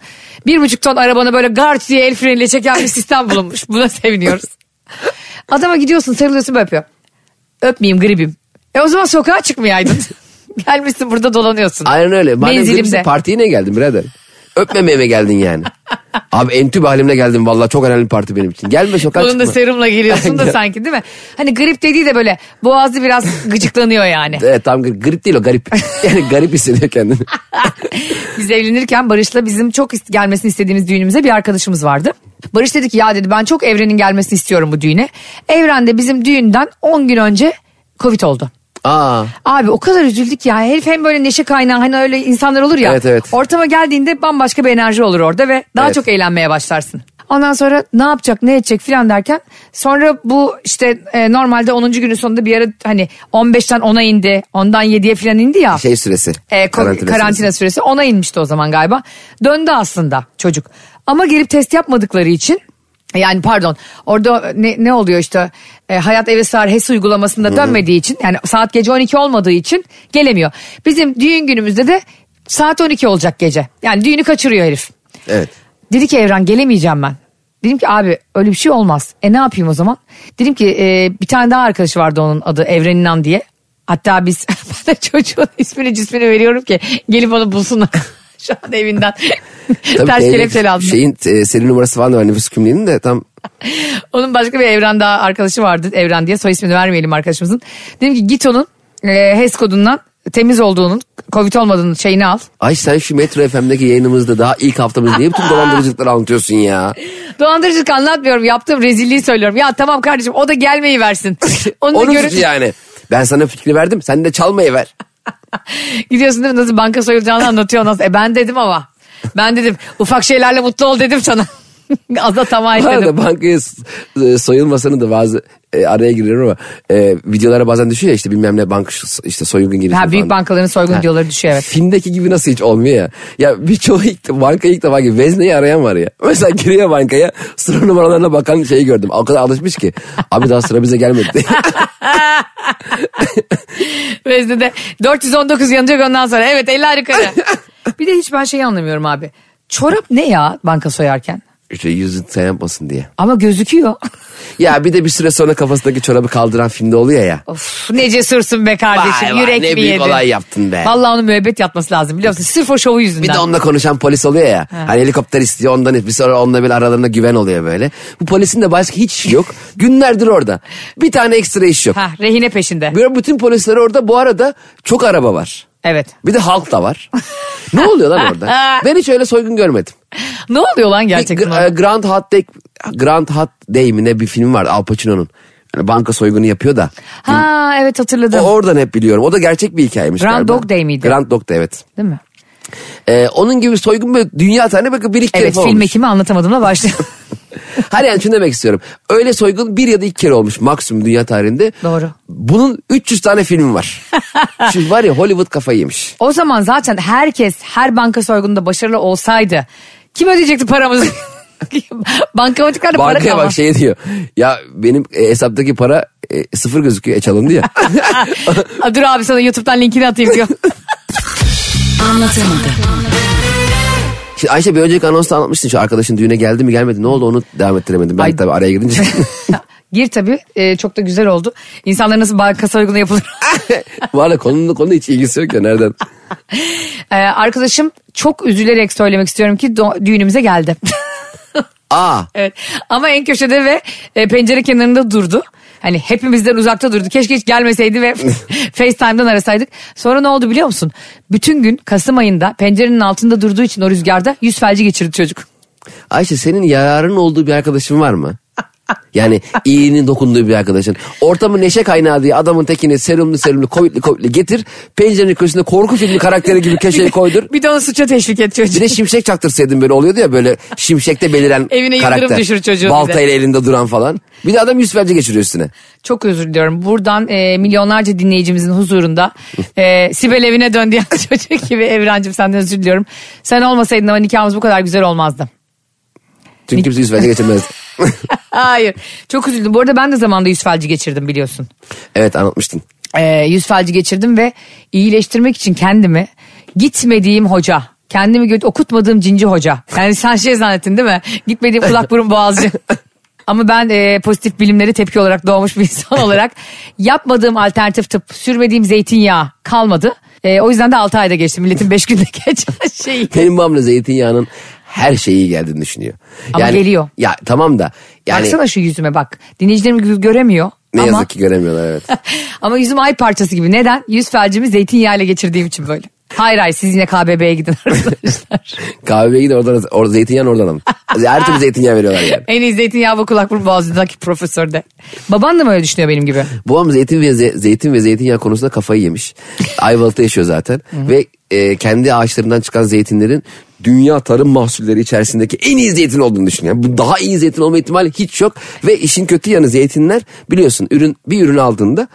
Speaker 2: Bir buçuk ton arabanı böyle garç diye el freniyle çeken bir sistem bulunmuş. Buna seviniyoruz. Adama gidiyorsun, sarılıyorsun böyle yapıyor. Öpmeyeyim, gribim. E o zaman sokağa çıkmayaydın. [LAUGHS] Gelmişsin burada dolanıyorsun.
Speaker 3: Aynen öyle. Madem
Speaker 2: Menzilimde.
Speaker 3: gülümse partiye ne geldin birader? Öpmemeye mi geldin
Speaker 2: [LAUGHS]
Speaker 3: yani? Abi entübe halimle geldim vallahi çok önemli bir parti benim için. Gelme sokağa
Speaker 2: Bunun da
Speaker 3: çıkma.
Speaker 2: serumla geliyorsun
Speaker 3: [LAUGHS]
Speaker 2: da sanki değil mi? Hani grip dediği de böyle boğazı biraz gıcıklanıyor yani.
Speaker 3: Evet tam gri- grip değil
Speaker 2: [LAUGHS]
Speaker 3: o garip. Yani garip hissediyor kendini.
Speaker 2: Biz evlenirken Barış'la bizim çok ist- gelmesini istediğimiz düğünümüze bir arkadaşımız vardı. Barış dedi ki ya dedi ben çok Evren'in gelmesini istiyorum bu düğüne. Evren de bizim düğünden 10 gün önce Covid oldu.
Speaker 3: Aa,
Speaker 2: Abi o kadar üzüldük ya herif hem böyle neşe kaynağı hani öyle insanlar olur ya.
Speaker 3: Evet, evet.
Speaker 2: Ortama geldiğinde bambaşka bir enerji olur orada ve daha
Speaker 3: Evet.
Speaker 2: çok eğlenmeye başlarsın. Ondan sonra ne yapacak ne edecek filan derken sonra bu işte e, normalde 10. günün sonunda bir ara hani 15'ten 10'a indi ondan 7'ye filan indi ya.
Speaker 3: şey süresi.
Speaker 2: E, ko- karantina, süresi. ona inmişti o zaman galiba. Döndü aslında çocuk. Ama gelip test yapmadıkları için yani pardon orada ne, ne oluyor işte e, Hayat Eve Sığar HES uygulamasında dönmediği için yani saat gece 12 olmadığı için gelemiyor. Bizim düğün günümüzde de saat 12 olacak gece. Yani düğünü kaçırıyor herif.
Speaker 3: Evet.
Speaker 2: Dedi ki Evren gelemeyeceğim ben. Dedim ki abi öyle bir şey olmaz. E ne yapayım o zaman? Dedim ki "E, bir tane daha arkadaşı vardı onun adı Evren İnan diye. Hatta biz [LAUGHS] ben de çocuğun ismini cismini veriyorum ki gelip onu bulsunlar. [LAUGHS] Şu an evinden. Ters
Speaker 3: teyze-
Speaker 2: kelepçeli aldım.
Speaker 3: Şeyin e, seri numarası falan da var nüfus kimliğinin de tam
Speaker 2: Onun başka bir Evren daha arkadaşı vardı Evren diye soy ismini vermeyelim arkadaşımızın. Dedim ki git onun e, HES kodundan temiz olduğunun covid olmadığının şeyini al.
Speaker 3: Ay sen şu Metro FM'deki yayınımızda daha ilk haftamız niye bütün dolandırıcılıkları anlatıyorsun ya?
Speaker 2: Dolandırıcılık anlatmıyorum yaptığım rezilliği söylüyorum. Ya tamam kardeşim o da gelmeyi
Speaker 3: [LAUGHS]
Speaker 2: versin. Onu da
Speaker 3: Onun
Speaker 2: görün-
Speaker 3: suçu yani. Ben sana fikri verdim sen de çalmayı ver.
Speaker 2: Gidiyorsun değil mi? Nasıl banka soyulacağını anlatıyor. Nasıl? E ben dedim ama. Ben dedim ufak şeylerle mutlu ol dedim sana. [LAUGHS] Azat
Speaker 3: Bu
Speaker 2: tamam
Speaker 3: arada
Speaker 2: dedim.
Speaker 3: bankaya s- e, soyulmasını da bazı e, araya giriyorum ama e, videolara bazen düşüyor ya işte bilmem ne bank şu- işte soygun girişimi
Speaker 2: Ha, büyük
Speaker 3: falan.
Speaker 2: bankaların soygun
Speaker 3: Ha.
Speaker 2: diyorları düşüyor
Speaker 3: [LAUGHS]
Speaker 2: evet.
Speaker 3: Filmdeki gibi nasıl hiç olmuyor ya. Ya birçoğu ilk, banka ilk defa gibi vezneyi arayan var ya. [LAUGHS] Mesela giriyor bankaya sıra numaralarına bakan şeyi gördüm. O kadar alışmış ki. Abi daha sıra bize gelmedi. [LAUGHS]
Speaker 2: Vezne'de 419 yanacak ondan sonra. Evet eller yukarı.
Speaker 3: [LAUGHS]
Speaker 2: bir de hiç ben şeyi anlamıyorum abi. Çorap ne ya banka soyarken?
Speaker 3: işte yüzü sen yapmasın diye.
Speaker 2: Ama gözüküyor.
Speaker 3: Ya bir de bir süre sonra kafasındaki çorabı kaldıran filmde oluyor ya.
Speaker 2: Of ne cesursun be kardeşim.
Speaker 3: Vay vay,
Speaker 2: Yürek
Speaker 3: ne
Speaker 2: mi
Speaker 3: büyük
Speaker 2: yedin?
Speaker 3: olay yaptın be.
Speaker 2: Vallahi onun müebbet yatması lazım biliyor musun? Sırf o şovu yüzünden.
Speaker 3: Bir de onunla konuşan polis oluyor ya. Hani helikopter istiyor ondan bir sonra onunla böyle aralarında güven oluyor böyle. Bu polisin de başka hiç
Speaker 2: [LAUGHS]
Speaker 3: işi yok. Günlerdir orada. Bir tane ekstra iş yok.
Speaker 2: Ha, rehine peşinde.
Speaker 3: Böyle bütün polisler orada bu arada çok araba var.
Speaker 2: Evet.
Speaker 3: Bir de halk da var. ne oluyor
Speaker 2: [LAUGHS]
Speaker 3: lan orada? Ben hiç öyle soygun görmedim.
Speaker 2: Ne oluyor lan
Speaker 3: Bir
Speaker 2: gerçekten?
Speaker 3: Gr- e, Grand Hot Day, Grand Hot Day mi ne bir film vardı Al Pacino'nun. Yani banka soygunu yapıyor da.
Speaker 2: ha evet
Speaker 3: O
Speaker 2: hatırladım.
Speaker 3: oradan hep biliyorum. O da gerçek bir hikayemiş
Speaker 2: Grand
Speaker 3: galiba.
Speaker 2: Dog Day miydi?
Speaker 3: Grand Dog Day evet.
Speaker 2: Değil mi?
Speaker 3: Ee, onun gibi soygun böyle dünya tane bakın bir iki kere
Speaker 2: Evet
Speaker 3: falan
Speaker 2: film
Speaker 3: olmuş.
Speaker 2: ekimi anlatamadığımla
Speaker 3: [LAUGHS]
Speaker 2: başlıyor.
Speaker 3: Hayır yani şunu demek istiyorum. Öyle soygun bir ya da iki kere olmuş maksimum dünya tarihinde.
Speaker 2: Doğru.
Speaker 3: Bunun 300 tane
Speaker 2: [LAUGHS]
Speaker 3: filmi var. Şimdi var ya Hollywood kafayı yemiş.
Speaker 2: o zaman zaten herkes her banka soygununda başarılı olsaydı kim ödeyecekti paramızı? [LAUGHS] Bankamatiklerde para
Speaker 3: Bankaya
Speaker 2: kalmaz.
Speaker 3: bak şey diyor. Ya benim e, hesaptaki para e, sıfır gözüküyor. E
Speaker 2: [LAUGHS]
Speaker 3: çalındı ya.
Speaker 2: Aa, [LAUGHS] Dur abi sana YouTube'dan linkini atayım
Speaker 3: [LAUGHS]
Speaker 2: diyor.
Speaker 4: Anlatamadım.
Speaker 3: Şimdi Ayşe bir önceki anonsta anlatmıştın. Şu arkadaşın düğüne geldi mi gelmedi ne oldu onu devam ettiremedim. Ben
Speaker 2: Ay.
Speaker 3: tabii araya
Speaker 2: [LAUGHS]
Speaker 3: girince.
Speaker 2: Gir tabii e, çok da güzel oldu. İnsanlar nasıl banka soygunu
Speaker 3: [LAUGHS]
Speaker 2: yapılır?
Speaker 3: Bu arada konunun konu hiç ilgisi yok ya nereden.
Speaker 2: Ee, arkadaşım çok üzülerek söylemek istiyorum ki do- düğünümüze geldi.
Speaker 3: Aa
Speaker 2: evet. Ama en köşede ve e, pencere kenarında durdu. Hani hepimizden uzakta durdu. Keşke hiç gelmeseydi
Speaker 3: [LAUGHS]
Speaker 2: ve FaceTime'dan arasaydık. Sonra ne oldu biliyor musun? Bütün gün Kasım ayında pencerenin altında durduğu için o rüzgarda yüz felci geçirdi çocuk.
Speaker 3: Ayşe senin yararın olduğu bir arkadaşın
Speaker 2: [LAUGHS]
Speaker 3: var mı? Yani iyinin dokunduğu bir arkadaşın. Ortamı neşe kaynağı diye adamın tekini serumlu serumlu covidli covidli getir. Pencerenin köşesinde korku filmi karakteri gibi köşeye şey koydur.
Speaker 2: [LAUGHS] Bir de onu suça teşvik et
Speaker 3: Bir
Speaker 2: çocuğu.
Speaker 3: de şimşek çaktırsaydın böyle oluyordu ya böyle şimşekte beliren
Speaker 2: [LAUGHS] Evine yıldırım
Speaker 3: karakter.
Speaker 2: düşür çocuğu
Speaker 3: Baltayla
Speaker 2: bize.
Speaker 3: elinde duran falan. Bir de adam yüz felci geçiriyor üstüne.
Speaker 2: Çok özür diliyorum. Buradan e, milyonlarca dinleyicimizin
Speaker 3: [LAUGHS]
Speaker 2: huzurunda e, Sibel evine döndü yani [LAUGHS] çocuk gibi Evrancığım senden özür diliyorum. Sen olmasaydın ama nikahımız bu kadar güzel olmazdı. [LAUGHS]
Speaker 3: Çünkü kimse yüz felci geçirmez. [LAUGHS]
Speaker 2: Hayır. Çok üzüldüm. Bu arada ben de zamanında yüz felci geçirdim biliyorsun.
Speaker 3: evet anlatmıştın.
Speaker 2: Ee, yüz felci geçirdim ve iyileştirmek için kendimi gitmediğim hoca. Kendimi gö- okutmadığım cinci hoca. Yani sen şey zannettin değil mi? Gitmediğim
Speaker 3: [LAUGHS]
Speaker 2: kulak burun boğazcı. Ama ben e, pozitif bilimleri tepki olarak doğmuş bir insan olarak yapmadığım alternatif tıp, sürmediğim zeytinyağı kalmadı. E, o yüzden de 6 ayda geçtim. Milletin 5 günde [LAUGHS] geçen şeyi.
Speaker 3: Benim babam da zeytinyağının her şeyi iyi geldiğini düşünüyor.
Speaker 2: Ama geliyor.
Speaker 3: Ya tamam da. Yani
Speaker 2: Baksana şu yüzüme bak. Dinleyicilerim gö- göremiyor.
Speaker 3: ne
Speaker 2: ama...
Speaker 3: yazık ki göremiyorlar evet.
Speaker 2: [LAUGHS] Ama yüzüm ay parçası gibi. Neden? Yüz felcimi zeytinyağıyla geçirdiğim için böyle. Hayır hayır siz yine KBB'ye gidin
Speaker 3: [LAUGHS]
Speaker 2: arkadaşlar.
Speaker 3: Kahveye gidin oradan, or, zeytinyağını oradan alın. Her türlü zeytinyağı veriyorlar yani.
Speaker 2: en iyi zeytinyağı bu kulak burun boğazındaki profesör de. Baban da mı öyle düşünüyor benim gibi?
Speaker 3: Babam zeytin ve ze- zeytin ve zeytinyağı konusunda
Speaker 2: [LAUGHS]
Speaker 3: kafayı yemiş. Ayvalık'ta yaşıyor zaten ve e, kendi ağaçlarından çıkan zeytinlerin dünya tarım mahsulleri içerisindeki en iyi zeytin olduğunu düşünüyor. Bu daha iyi zeytin olma ihtimali hiç yok ve işin kötü yanı zeytinler biliyorsun ürün bir ürün aldığında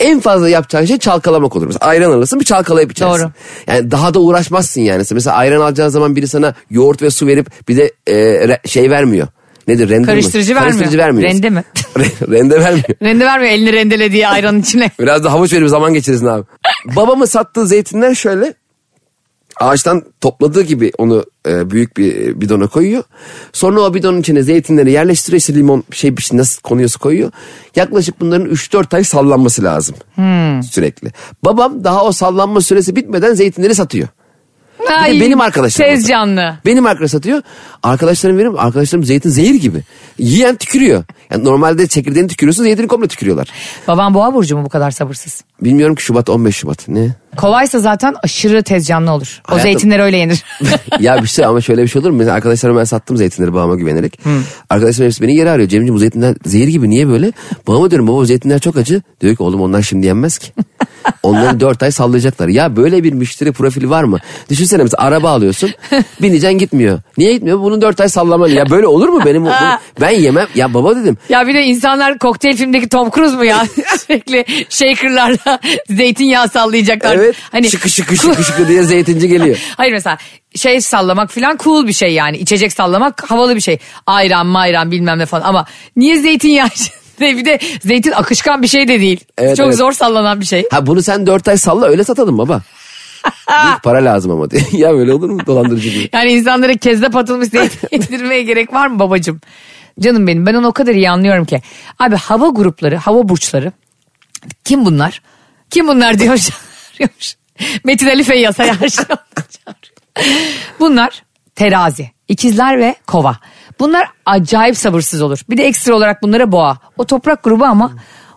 Speaker 3: en fazla yapacağın şey çalkalamak olur. Mesela ayran alırsın bir çalkalayıp içersin.
Speaker 2: Doğru.
Speaker 3: Yani daha da uğraşmazsın yani. Mesela ayran alacağın zaman biri sana yoğurt ve su verip bir de e, re- şey vermiyor. Nedir rende mi?
Speaker 2: Karıştırıcı vermiyor.
Speaker 3: Karıştırıcı vermiyor.
Speaker 2: Rende
Speaker 3: [LAUGHS]
Speaker 2: mi?
Speaker 3: rende vermiyor.
Speaker 2: Rende vermiyor elini rendele diye ayranın içine.
Speaker 3: Biraz da havuç verip zaman geçirirsin abi. Babamın sattığı zeytinler şöyle. Ağaçtan topladığı gibi onu e, büyük bir bidona koyuyor. Sonra o bidonun içine zeytinleri yerleştiriyor. İşte limon şey bir şey nasıl konuyorsa koyuyor. Yaklaşık bunların 3-4 ay sallanması lazım. Sürekli. Babam daha o sallanma süresi bitmeden zeytinleri satıyor. [LAUGHS] Bir de benim arkadaşım.
Speaker 2: Tez canlı.
Speaker 3: Benim arkadaş satıyor. Arkadaşlarım benim arkadaşlarım zeytin zehir gibi. Yiyen tükürüyor. Yani normalde çekirdeğini tükürüyorsun zeytini komple tükürüyorlar.
Speaker 2: Babam boğa burcu mu bu kadar sabırsız?
Speaker 3: Bilmiyorum ki Şubat 15 Şubat ne?
Speaker 2: Kovaysa zaten aşırı tez canlı olur. O
Speaker 3: Hayatım-
Speaker 2: zeytinler öyle
Speaker 3: [LAUGHS]
Speaker 2: yenir.
Speaker 3: ya bir şey ama şöyle bir şey olur mu? Mesela arkadaşlarıma ben sattım zeytinleri babama güvenerek. Arkadaşlarım hepsi beni geri arıyor. Cemciğim bu zeytinler zehir gibi niye böyle? Babama diyorum baba bu zeytinler çok acı. Diyor ki oğlum onlar şimdi yenmez ki. Onları dört ay sallayacaklar. Ya böyle bir müşteri profili var mı? Düşünsene düşünsene mesela araba alıyorsun bineceksin gitmiyor. Niye gitmiyor? Bunu dört ay sallamalı. Ya böyle olur mu benim? bunu- ben yemem. Ya baba dedim.
Speaker 2: Ya bir de insanlar kokteyl filmdeki Tom Cruise mu ya? [LAUGHS] Sürekli shakerlarla zeytinyağı sallayacaklar. Hani
Speaker 3: Evet. şıkı şıkı şıkı şıkı diye zeytinci geliyor.
Speaker 2: [LAUGHS] Hayır mesela şey sallamak falan cool bir şey yani. İçecek sallamak havalı bir şey. Ayran mayran bilmem ne falan ama niye zeytinyağı? [LAUGHS] bir de zeytin akışkan bir şey de değil.
Speaker 3: Evet,
Speaker 2: Çok
Speaker 3: evet.
Speaker 2: zor sallanan bir şey.
Speaker 3: Ha bunu sen dört ay salla öyle satalım baba. Büyük para lazım ama diye. [LAUGHS] ya böyle olur mu dolandırıcı [LAUGHS] gibi.
Speaker 2: Yani insanlara kezde patılmış
Speaker 3: [LAUGHS]
Speaker 2: zeytin yedirmeye gerek var mı babacığım? Canım benim ben onu o kadar iyi anlıyorum ki. Abi hava grupları, hava burçları kim bunlar? Kim bunlar diyor [LAUGHS] çağırıyormuş. Metin Ali Feyyaz her akşam çağırıyor. Bunlar terazi, ikizler ve kova. Bunlar acayip sabırsız olur. Bir de ekstra olarak bunlara boğa. O toprak grubu ama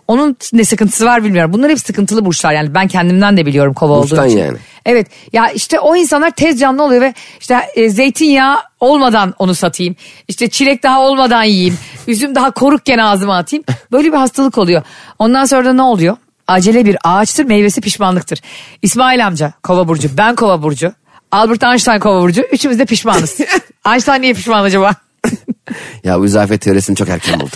Speaker 2: onun ne sıkıntısı var bilmiyorum. Bunlar hep sıkıntılı burçlar yani ben kendimden de biliyorum kova
Speaker 3: Burçtan
Speaker 2: olduğum için.
Speaker 3: yani.
Speaker 2: Evet ya işte o insanlar tez canlı oluyor ve işte e, zeytinyağı olmadan onu satayım. İşte çilek daha olmadan yiyeyim. [LAUGHS] Üzüm daha korukken ağzıma atayım. Böyle bir hastalık oluyor. Ondan sonra da ne oluyor? Acele bir ağaçtır meyvesi pişmanlıktır. İsmail amca kova burcu ben kova burcu. Albert Einstein kova burcu. Üçümüz de
Speaker 3: [LAUGHS]
Speaker 2: pişmanız. Einstein niye pişman acaba?
Speaker 3: Ya bu izafiyet teorisini çok
Speaker 2: [LAUGHS]
Speaker 3: erken buldum.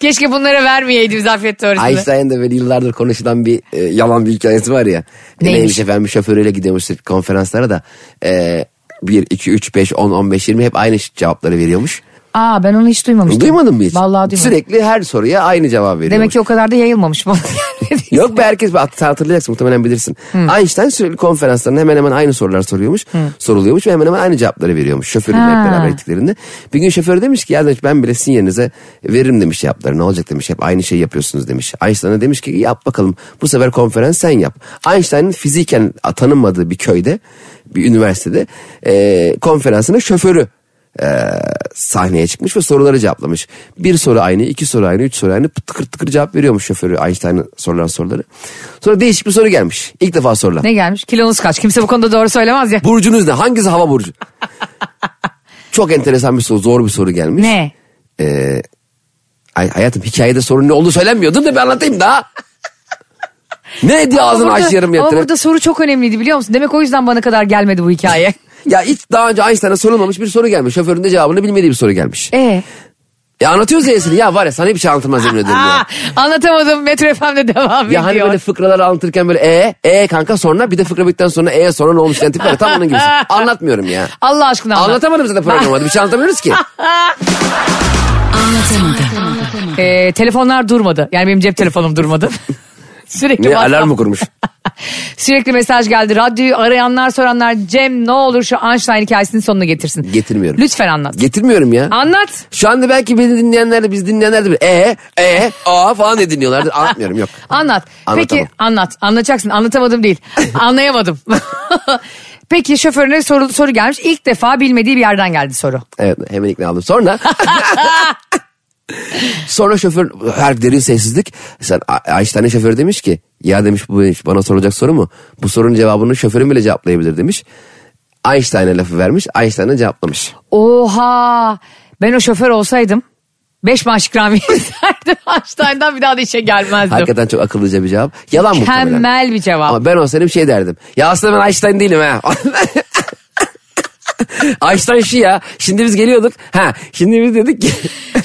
Speaker 2: Keşke bunlara vermeyeydim zafiyet teorisini.
Speaker 3: Einstein'da böyle yıllardır konuşulan bir e, yalan bir hikayesi var ya.
Speaker 2: Neymiş?
Speaker 3: Neymiş efendim şoförüyle gidiyormuş konferanslara da. E, 1, 2, 3, 5, 10, 15, 20 hep aynı cevapları veriyormuş.
Speaker 2: Aa ben onu hiç duymamıştım.
Speaker 3: Duymadın mı hiç?
Speaker 2: Vallahi duymadım.
Speaker 3: Sürekli her soruya aynı cevap veriyormuş.
Speaker 2: Demek ki o kadar da yayılmamış.
Speaker 3: [LAUGHS]
Speaker 2: [LAUGHS]
Speaker 3: Yok be herkes bak, sen hatırlayacaksın muhtemelen bilirsin. Einstein sürekli konferanslarında hemen hemen aynı sorular soruyormuş. Soruluyormuş ve hemen hemen aynı cevapları veriyormuş. Şoförünle
Speaker 2: Ha.
Speaker 3: hep beraber gittiklerinde. Bir gün şoför demiş ki ya demiş, ben bile sizin yerinize veririm demiş cevapları. Ne olacak demiş hep aynı şeyi yapıyorsunuz demiş. Einstein'a demiş ki yap bakalım bu sefer konferans sen yap. Einstein'ın fiziken tanınmadığı bir köyde bir üniversitede e, konferansına şoförü e, sahneye çıkmış ve soruları cevaplamış. Bir soru aynı, iki soru aynı, üç soru aynı. Tıkır tıkır cevap veriyormuş şoförü Einstein'ın sorulan soruları. Sonra değişik bir soru gelmiş. İlk defa sorulan.
Speaker 2: ne gelmiş? Kilonuz kaç? Kimse bu konuda doğru söylemez ya.
Speaker 3: Burcunuz ne? Hangisi
Speaker 2: [LAUGHS]
Speaker 3: hava burcu? Çok enteresan bir soru, zor bir soru gelmiş.
Speaker 2: Ne?
Speaker 3: Ee, ay, hayatım hikayede sorun ne olduğu söylenmiyor. Dur da bir anlatayım daha.
Speaker 2: [LAUGHS]
Speaker 3: ne diye
Speaker 2: Ama
Speaker 3: ağzını
Speaker 2: burada-
Speaker 3: aç yarım
Speaker 2: Ama
Speaker 3: yatırıp.
Speaker 2: burada soru çok önemliydi biliyor musun? Demek o yüzden bana kadar gelmedi bu
Speaker 3: [LAUGHS]
Speaker 2: hikaye.
Speaker 3: Ya hiç daha önce Einstein'a sorulmamış bir soru gelmiş. Şoförün de cevabını bilmediği bir soru gelmiş.
Speaker 2: Ee,
Speaker 3: Ya anlatıyoruz ya Esin'i. Ya var ya sana bir şey anlatılmaz yemin ederim ya.
Speaker 2: aa, anlatamadım Metro FM'de devam
Speaker 3: Ya hani
Speaker 2: ediyor.
Speaker 3: böyle fıkraları anlatırken böyle e e kanka sonra bir de fıkra bittikten sonra e sonra ne olmuş yani tip var ya, tam
Speaker 2: [LAUGHS]
Speaker 3: onun gibisi. Anlatmıyorum ya.
Speaker 2: Allah aşkına anlat.
Speaker 3: Anlatamadım zaten programda bir şey
Speaker 2: [LAUGHS]
Speaker 3: anlatamıyoruz ki.
Speaker 2: Ee, telefonlar durmadı. Yani benim cep telefonum durmadı.
Speaker 3: [LAUGHS]
Speaker 2: Sürekli
Speaker 3: Niye
Speaker 2: WhatsApp-
Speaker 3: alarm mı kurmuş?
Speaker 2: Sürekli mesaj geldi. Radyoyu arayanlar soranlar Cem ne olur şu Einstein hikayesinin sonuna getirsin.
Speaker 3: Getirmiyorum.
Speaker 2: Lütfen anlat.
Speaker 3: Getirmiyorum ya.
Speaker 2: anlat.
Speaker 3: Şu anda belki beni dinleyenler de biz dinleyenler de bir e e a falan
Speaker 2: [LAUGHS]
Speaker 3: diye dinliyorlardır. Anlatmıyorum yok.
Speaker 2: Anlat. Peki
Speaker 3: Anlatamam.
Speaker 2: anlat. Anlatacaksın. Anlatamadım
Speaker 3: [LAUGHS]
Speaker 2: değil. Anlayamadım. [LAUGHS] Peki şoförüne soru, soru gelmiş. İlk defa bilmediği bir yerden geldi soru.
Speaker 3: Evet hemen ikna aldım. Sonra
Speaker 2: [LAUGHS]
Speaker 3: sonra şoför her derin sessizlik. Sen A- Einstein'ın şoförü demiş ki ya demiş bu hiç bana sorulacak soru mu? Bu sorunun cevabını şoförün bile cevaplayabilir demiş. Einstein'a lafı vermiş. Einstein'a cevaplamış.
Speaker 2: Oha. Ben o şoför olsaydım 5 maaş ikramiye [LAUGHS] isterdim. Einstein'dan bir daha da işe gelmezdim.
Speaker 3: Hakikaten çok akıllıca bir cevap. Yalan muhtemelen.
Speaker 2: Mükemmel bir cevap.
Speaker 3: Ama ben olsaydım şey derdim. Ya aslında ben Einstein değilim ha. [LAUGHS] Einstein şu ya. Şimdi biz geliyorduk. Ha, şimdi biz dedik ki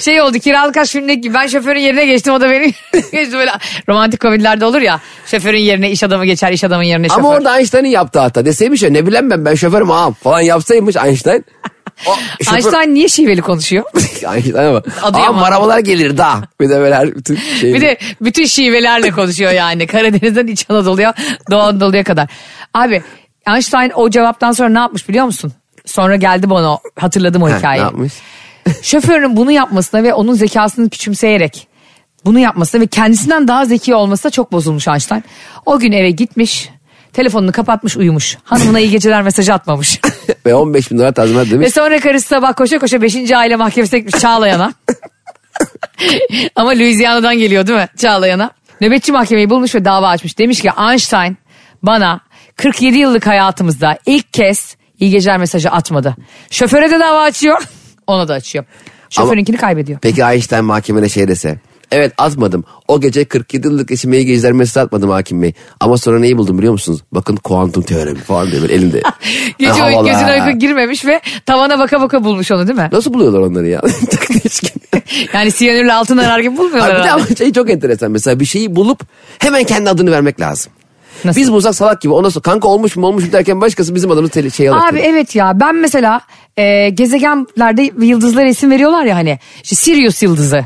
Speaker 2: [LAUGHS] Şey oldu kiralık aşk filmindeki gibi ben şoförün yerine geçtim o da benim [LAUGHS] geçti böyle romantik komedilerde olur ya şoförün yerine iş adamı geçer iş adamın yerine şoför.
Speaker 3: Ama orada Einstein'ın yaptığı hata. Deseymiş ya ne bileyim ben ben şoförüm ağam falan yapsaymış Einstein. O, şoför-
Speaker 2: Einstein niye şiveli konuşuyor?
Speaker 3: [LAUGHS] Einstein'a bak.
Speaker 2: Adıyaman.
Speaker 3: Ağam arabalar gelir da. Bir de böyle her bütün şey.
Speaker 2: Bir de bütün şivelerle konuşuyor yani. [LAUGHS] Karadeniz'den İç Anadolu'ya, Doğu Anadolu'ya kadar. Abi Einstein o cevaptan sonra ne yapmış biliyor musun? Sonra geldi bana o- hatırladım o
Speaker 3: Ha, Ne
Speaker 2: hikayeyi.
Speaker 3: yapmış?
Speaker 2: [LAUGHS] Şoförün bunu yapmasına ve onun zekasını küçümseyerek bunu yapmasına ve kendisinden daha zeki olmasına çok bozulmuş Einstein. O gün eve gitmiş, telefonunu kapatmış uyumuş. Hanımına iyi geceler mesajı atmamış.
Speaker 3: Ve 15 bin dolar tazminat
Speaker 2: Ve
Speaker 3: demiş.
Speaker 2: sonra karısı sabah koşa koşa 5. aile mahkemesine gitmiş
Speaker 3: [LAUGHS]
Speaker 2: Çağlayan'a. Ama Louisiana'dan geliyor değil mi Çağlayan'a? Nöbetçi mahkemeyi bulmuş ve dava açmış. Demiş ki Einstein bana 47 yıllık hayatımızda ilk kez iyi geceler mesajı atmadı. [LAUGHS] Şoföre de dava açıyor. Ona da açıyor. Şoförünkini kaybediyor.
Speaker 3: Peki Einstein mahkemede şey dese. Evet atmadım. O gece 47 yıllık eşime iyi geceler mesaj atmadım hakim bey. Ama sonra neyi buldum biliyor musunuz? Bakın kuantum teoremi falan diye böyle [LAUGHS] elimde.
Speaker 2: [LAUGHS] [LAUGHS] Gece
Speaker 3: Ha,
Speaker 2: oyun
Speaker 3: havalı
Speaker 2: gözüne
Speaker 3: ha.
Speaker 2: uyku girmemiş ve tavana baka baka bulmuş onu değil mi?
Speaker 3: Nasıl buluyorlar onları ya? [LAUGHS]
Speaker 2: [LAUGHS]
Speaker 3: Çok değişik.
Speaker 2: Yani siyanürle altın arar gibi bulmuyorlar.
Speaker 3: Abi bir de
Speaker 2: herhalde.
Speaker 3: ama şey çok enteresan mesela bir şeyi bulup hemen kendi adını vermek lazım.
Speaker 2: Nasıl?
Speaker 3: Biz bulsak salak gibi ondan sonra kanka olmuş mu olmuş mu derken başkası bizim adımızı tele- şey alır.
Speaker 2: Abi evet ya ben mesela e, gezegenlerde ve yıldızlara isim veriyorlar ya hani işte Sirius yıldızı.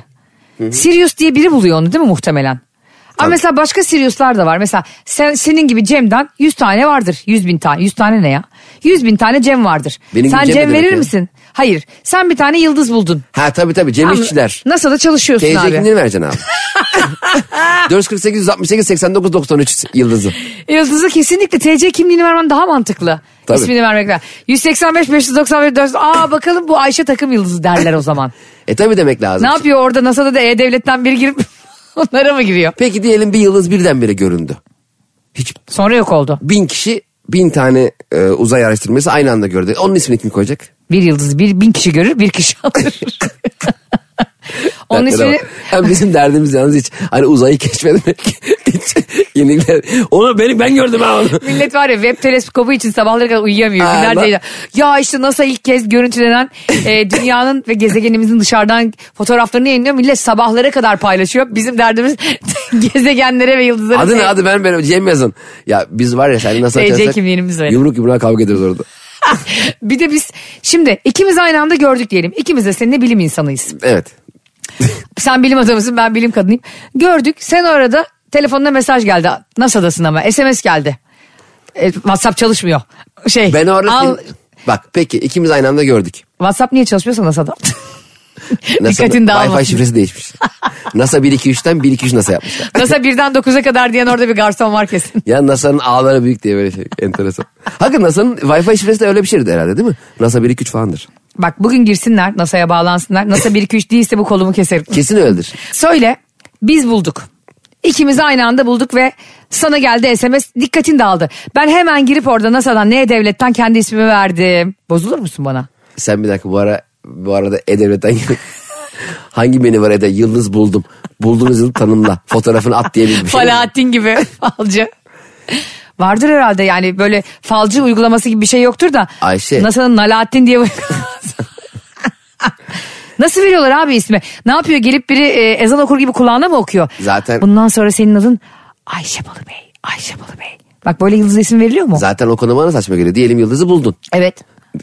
Speaker 2: Sirius diye biri buluyor onu değil mi muhtemelen? Ama mesela başka Sirius'lar da var. Mesela sen, senin gibi Cem'den 100 tane vardır. 100 bin tane. 100 tane ne ya? 100 bin tane Cem vardır.
Speaker 3: Benim gibi
Speaker 2: sen
Speaker 3: Cem
Speaker 2: Cem,
Speaker 3: ne demek
Speaker 2: verir
Speaker 3: ya?
Speaker 2: misin? Hayır. Sen bir tane yıldız buldun.
Speaker 3: Ha tabii tabii Cem İşçiler.
Speaker 2: Nasıl da çalışıyorsun
Speaker 3: TC
Speaker 2: abi.
Speaker 3: kimliğini vereceksin
Speaker 2: [LAUGHS]
Speaker 3: abi. [LAUGHS] 448 168 89 93 yıldızı.
Speaker 2: Yıldızı kesinlikle TC kimliğini vermen daha mantıklı.
Speaker 3: Tabii.
Speaker 2: İsmini vermekten. 185 591 400. Aa bakalım bu Ayşe takım yıldızı derler o zaman.
Speaker 3: E tabii demek lazım.
Speaker 2: ne yapıyor orada NASA'da da E-Devlet'ten biri girip [LAUGHS] onlara mı giriyor?
Speaker 3: Peki diyelim bir yıldız birdenbire göründü. Hiç
Speaker 2: Sonra yok oldu.
Speaker 3: bin kişi bin tane e, uzay araştırması aynı anda gördü. Onun ismini kim koyacak?
Speaker 2: Bir yıldız bir bin kişi görür bir kişi [LAUGHS] alır. Onun
Speaker 3: Dertlere
Speaker 2: ismini
Speaker 3: bak. Ya bizim derdimiz yalnız hiç hani uzayı keşfetmek. hiç [LAUGHS] yenilikler. Onu benim ben
Speaker 2: [LAUGHS]
Speaker 3: gördüm ha onu.
Speaker 2: millet var ya web teleskobu için sabahlara kadar uyuyamıyor.
Speaker 3: Aa,
Speaker 2: Günlerce
Speaker 3: lan.
Speaker 2: ya- ya işte NASA ilk kez görüntülenen
Speaker 3: [LAUGHS]
Speaker 2: e, dünyanın ve gezegenimizin dışarıdan fotoğraflarını yayınlıyor. Millet sabahlara kadar paylaşıyor. Bizim derdimiz [LAUGHS] gezegenlere ve yıldızlara.
Speaker 3: Adı ne adı ben benim Cem yazın. Ya biz var ya sen nasıl
Speaker 2: TC
Speaker 3: açarsak
Speaker 2: kimliğimiz var.
Speaker 3: yumruk yumruğa kavga ederiz orada.
Speaker 2: Ah, Bir de biz şimdi ikimiz aynı anda gördük diyelim. İkimiz de seninle bilim insanıyız.
Speaker 3: Evet.
Speaker 2: Sen bilim adamısın ben bilim kadınıyım. Gördük sen orada telefonuna mesaj geldi. NASA'dasın ama SMS geldi. E, WhatsApp çalışmıyor. Şey,
Speaker 3: Ben orada
Speaker 2: al-
Speaker 3: film- Bak peki ikimiz aynı
Speaker 2: [LAUGHS]
Speaker 3: anda gördük.
Speaker 2: WhatsApp niye çalışmıyorsa
Speaker 3: [LAUGHS]
Speaker 2: NASA'da? [LAUGHS]
Speaker 3: NASA,
Speaker 2: Dikkatin
Speaker 3: Wi-Fi
Speaker 2: dağılmasın. [LAUGHS]
Speaker 3: şifresi değişmiş. NASA 123'ten 123 NASA yapmışlar.
Speaker 2: NASA birden 9'a kadar diyen orada bir garson var kesin.
Speaker 3: Ya NASA'nın ağları büyük diye böyle şey enteresan. Hakikaten NASA'nın Wi-Fi şifresi de öyle bir şeydi herhalde değil mi? NASA 123 falandır.
Speaker 2: Bak bugün girsinler NASA'ya bağlansınlar. NASA 1 2 3 değilse bu kolumu keserim.
Speaker 3: Kesin öyledir.
Speaker 2: Söyle biz bulduk. İkimiz aynı anda bulduk ve sana geldi SMS dikkatin dağıldı. Ben hemen girip orada NASA'dan ne E devletten kendi ismimi verdim. Bozulur musun bana?
Speaker 3: Sen bir dakika bu ara bu arada E-Devlet'ten gir. [LAUGHS] Hangi menü var Ede? Yıldız buldum. Bulduğunuz yılı tanımla. Fotoğrafını at diye bir bir şey.
Speaker 2: Falahattin gibi [LAUGHS] falcı. Vardır herhalde yani böyle falcı uygulaması gibi bir şey yoktur da.
Speaker 3: Ayşe.
Speaker 2: NASA'nın Nalahattin diye bir- [LAUGHS] Nasıl veriyorlar abi ismi? Ne yapıyor? Gelip biri e, ezan okur gibi kulağına mı okuyor?
Speaker 3: Zaten-
Speaker 2: Bundan sonra senin adın Ayşe Balı Bey. Ayşe Balı Bey. Bak böyle yıldız isim veriliyor mu?
Speaker 3: Zaten o konu bana saçma geliyor. Diyelim yıldızı buldun.
Speaker 2: Evet.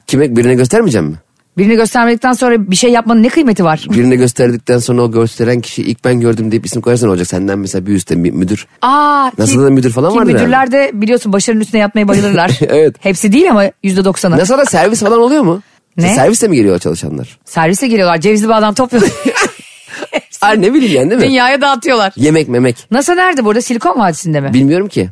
Speaker 3: Kime birine göstermeyecek mi?
Speaker 2: Birini göstermedikten sonra bir şey yapmanın ne kıymeti var?
Speaker 3: Birine gösterdikten sonra o gösteren kişi ilk ben gördüm deyip isim koyarsan ne olacak. Senden mesela bir üstte mi- müdür.
Speaker 2: Aa,
Speaker 3: NASA'da da müdür falan
Speaker 2: ki
Speaker 3: vardır
Speaker 2: Müdürler de biliyorsun başarının üstüne
Speaker 3: [LAUGHS]
Speaker 2: yatmayı bayılırlar.
Speaker 3: Evet.
Speaker 2: Hepsi değil ama yüzde doksanı.
Speaker 3: NASA'da servis falan oluyor mu?
Speaker 2: Ne?
Speaker 3: Serviste mi geliyor çalışanlar?
Speaker 2: Servise geliyorlar cevizli badem topluyorlar.
Speaker 3: Ay ne bileyim yani değil mi?
Speaker 2: Dünyaya dağıtıyorlar.
Speaker 3: Yemek memek.
Speaker 2: NASA nerede burada Silikon Vadisi'nde mi?
Speaker 3: Bilmiyorum ki.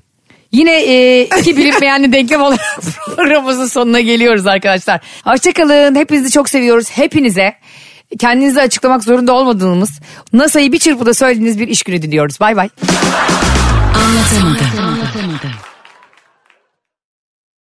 Speaker 2: Yine e, iki bilinmeyenli denklem olarak [LAUGHS] programımızın sonuna geliyoruz arkadaşlar. Hoşçakalın hepinizi çok seviyoruz. Hepinize kendinizi açıklamak zorunda olmadığımız NASA'yı bir çırpıda söylediğiniz bir iş günü diliyoruz. Bay bay.
Speaker 4: Anlatamadım.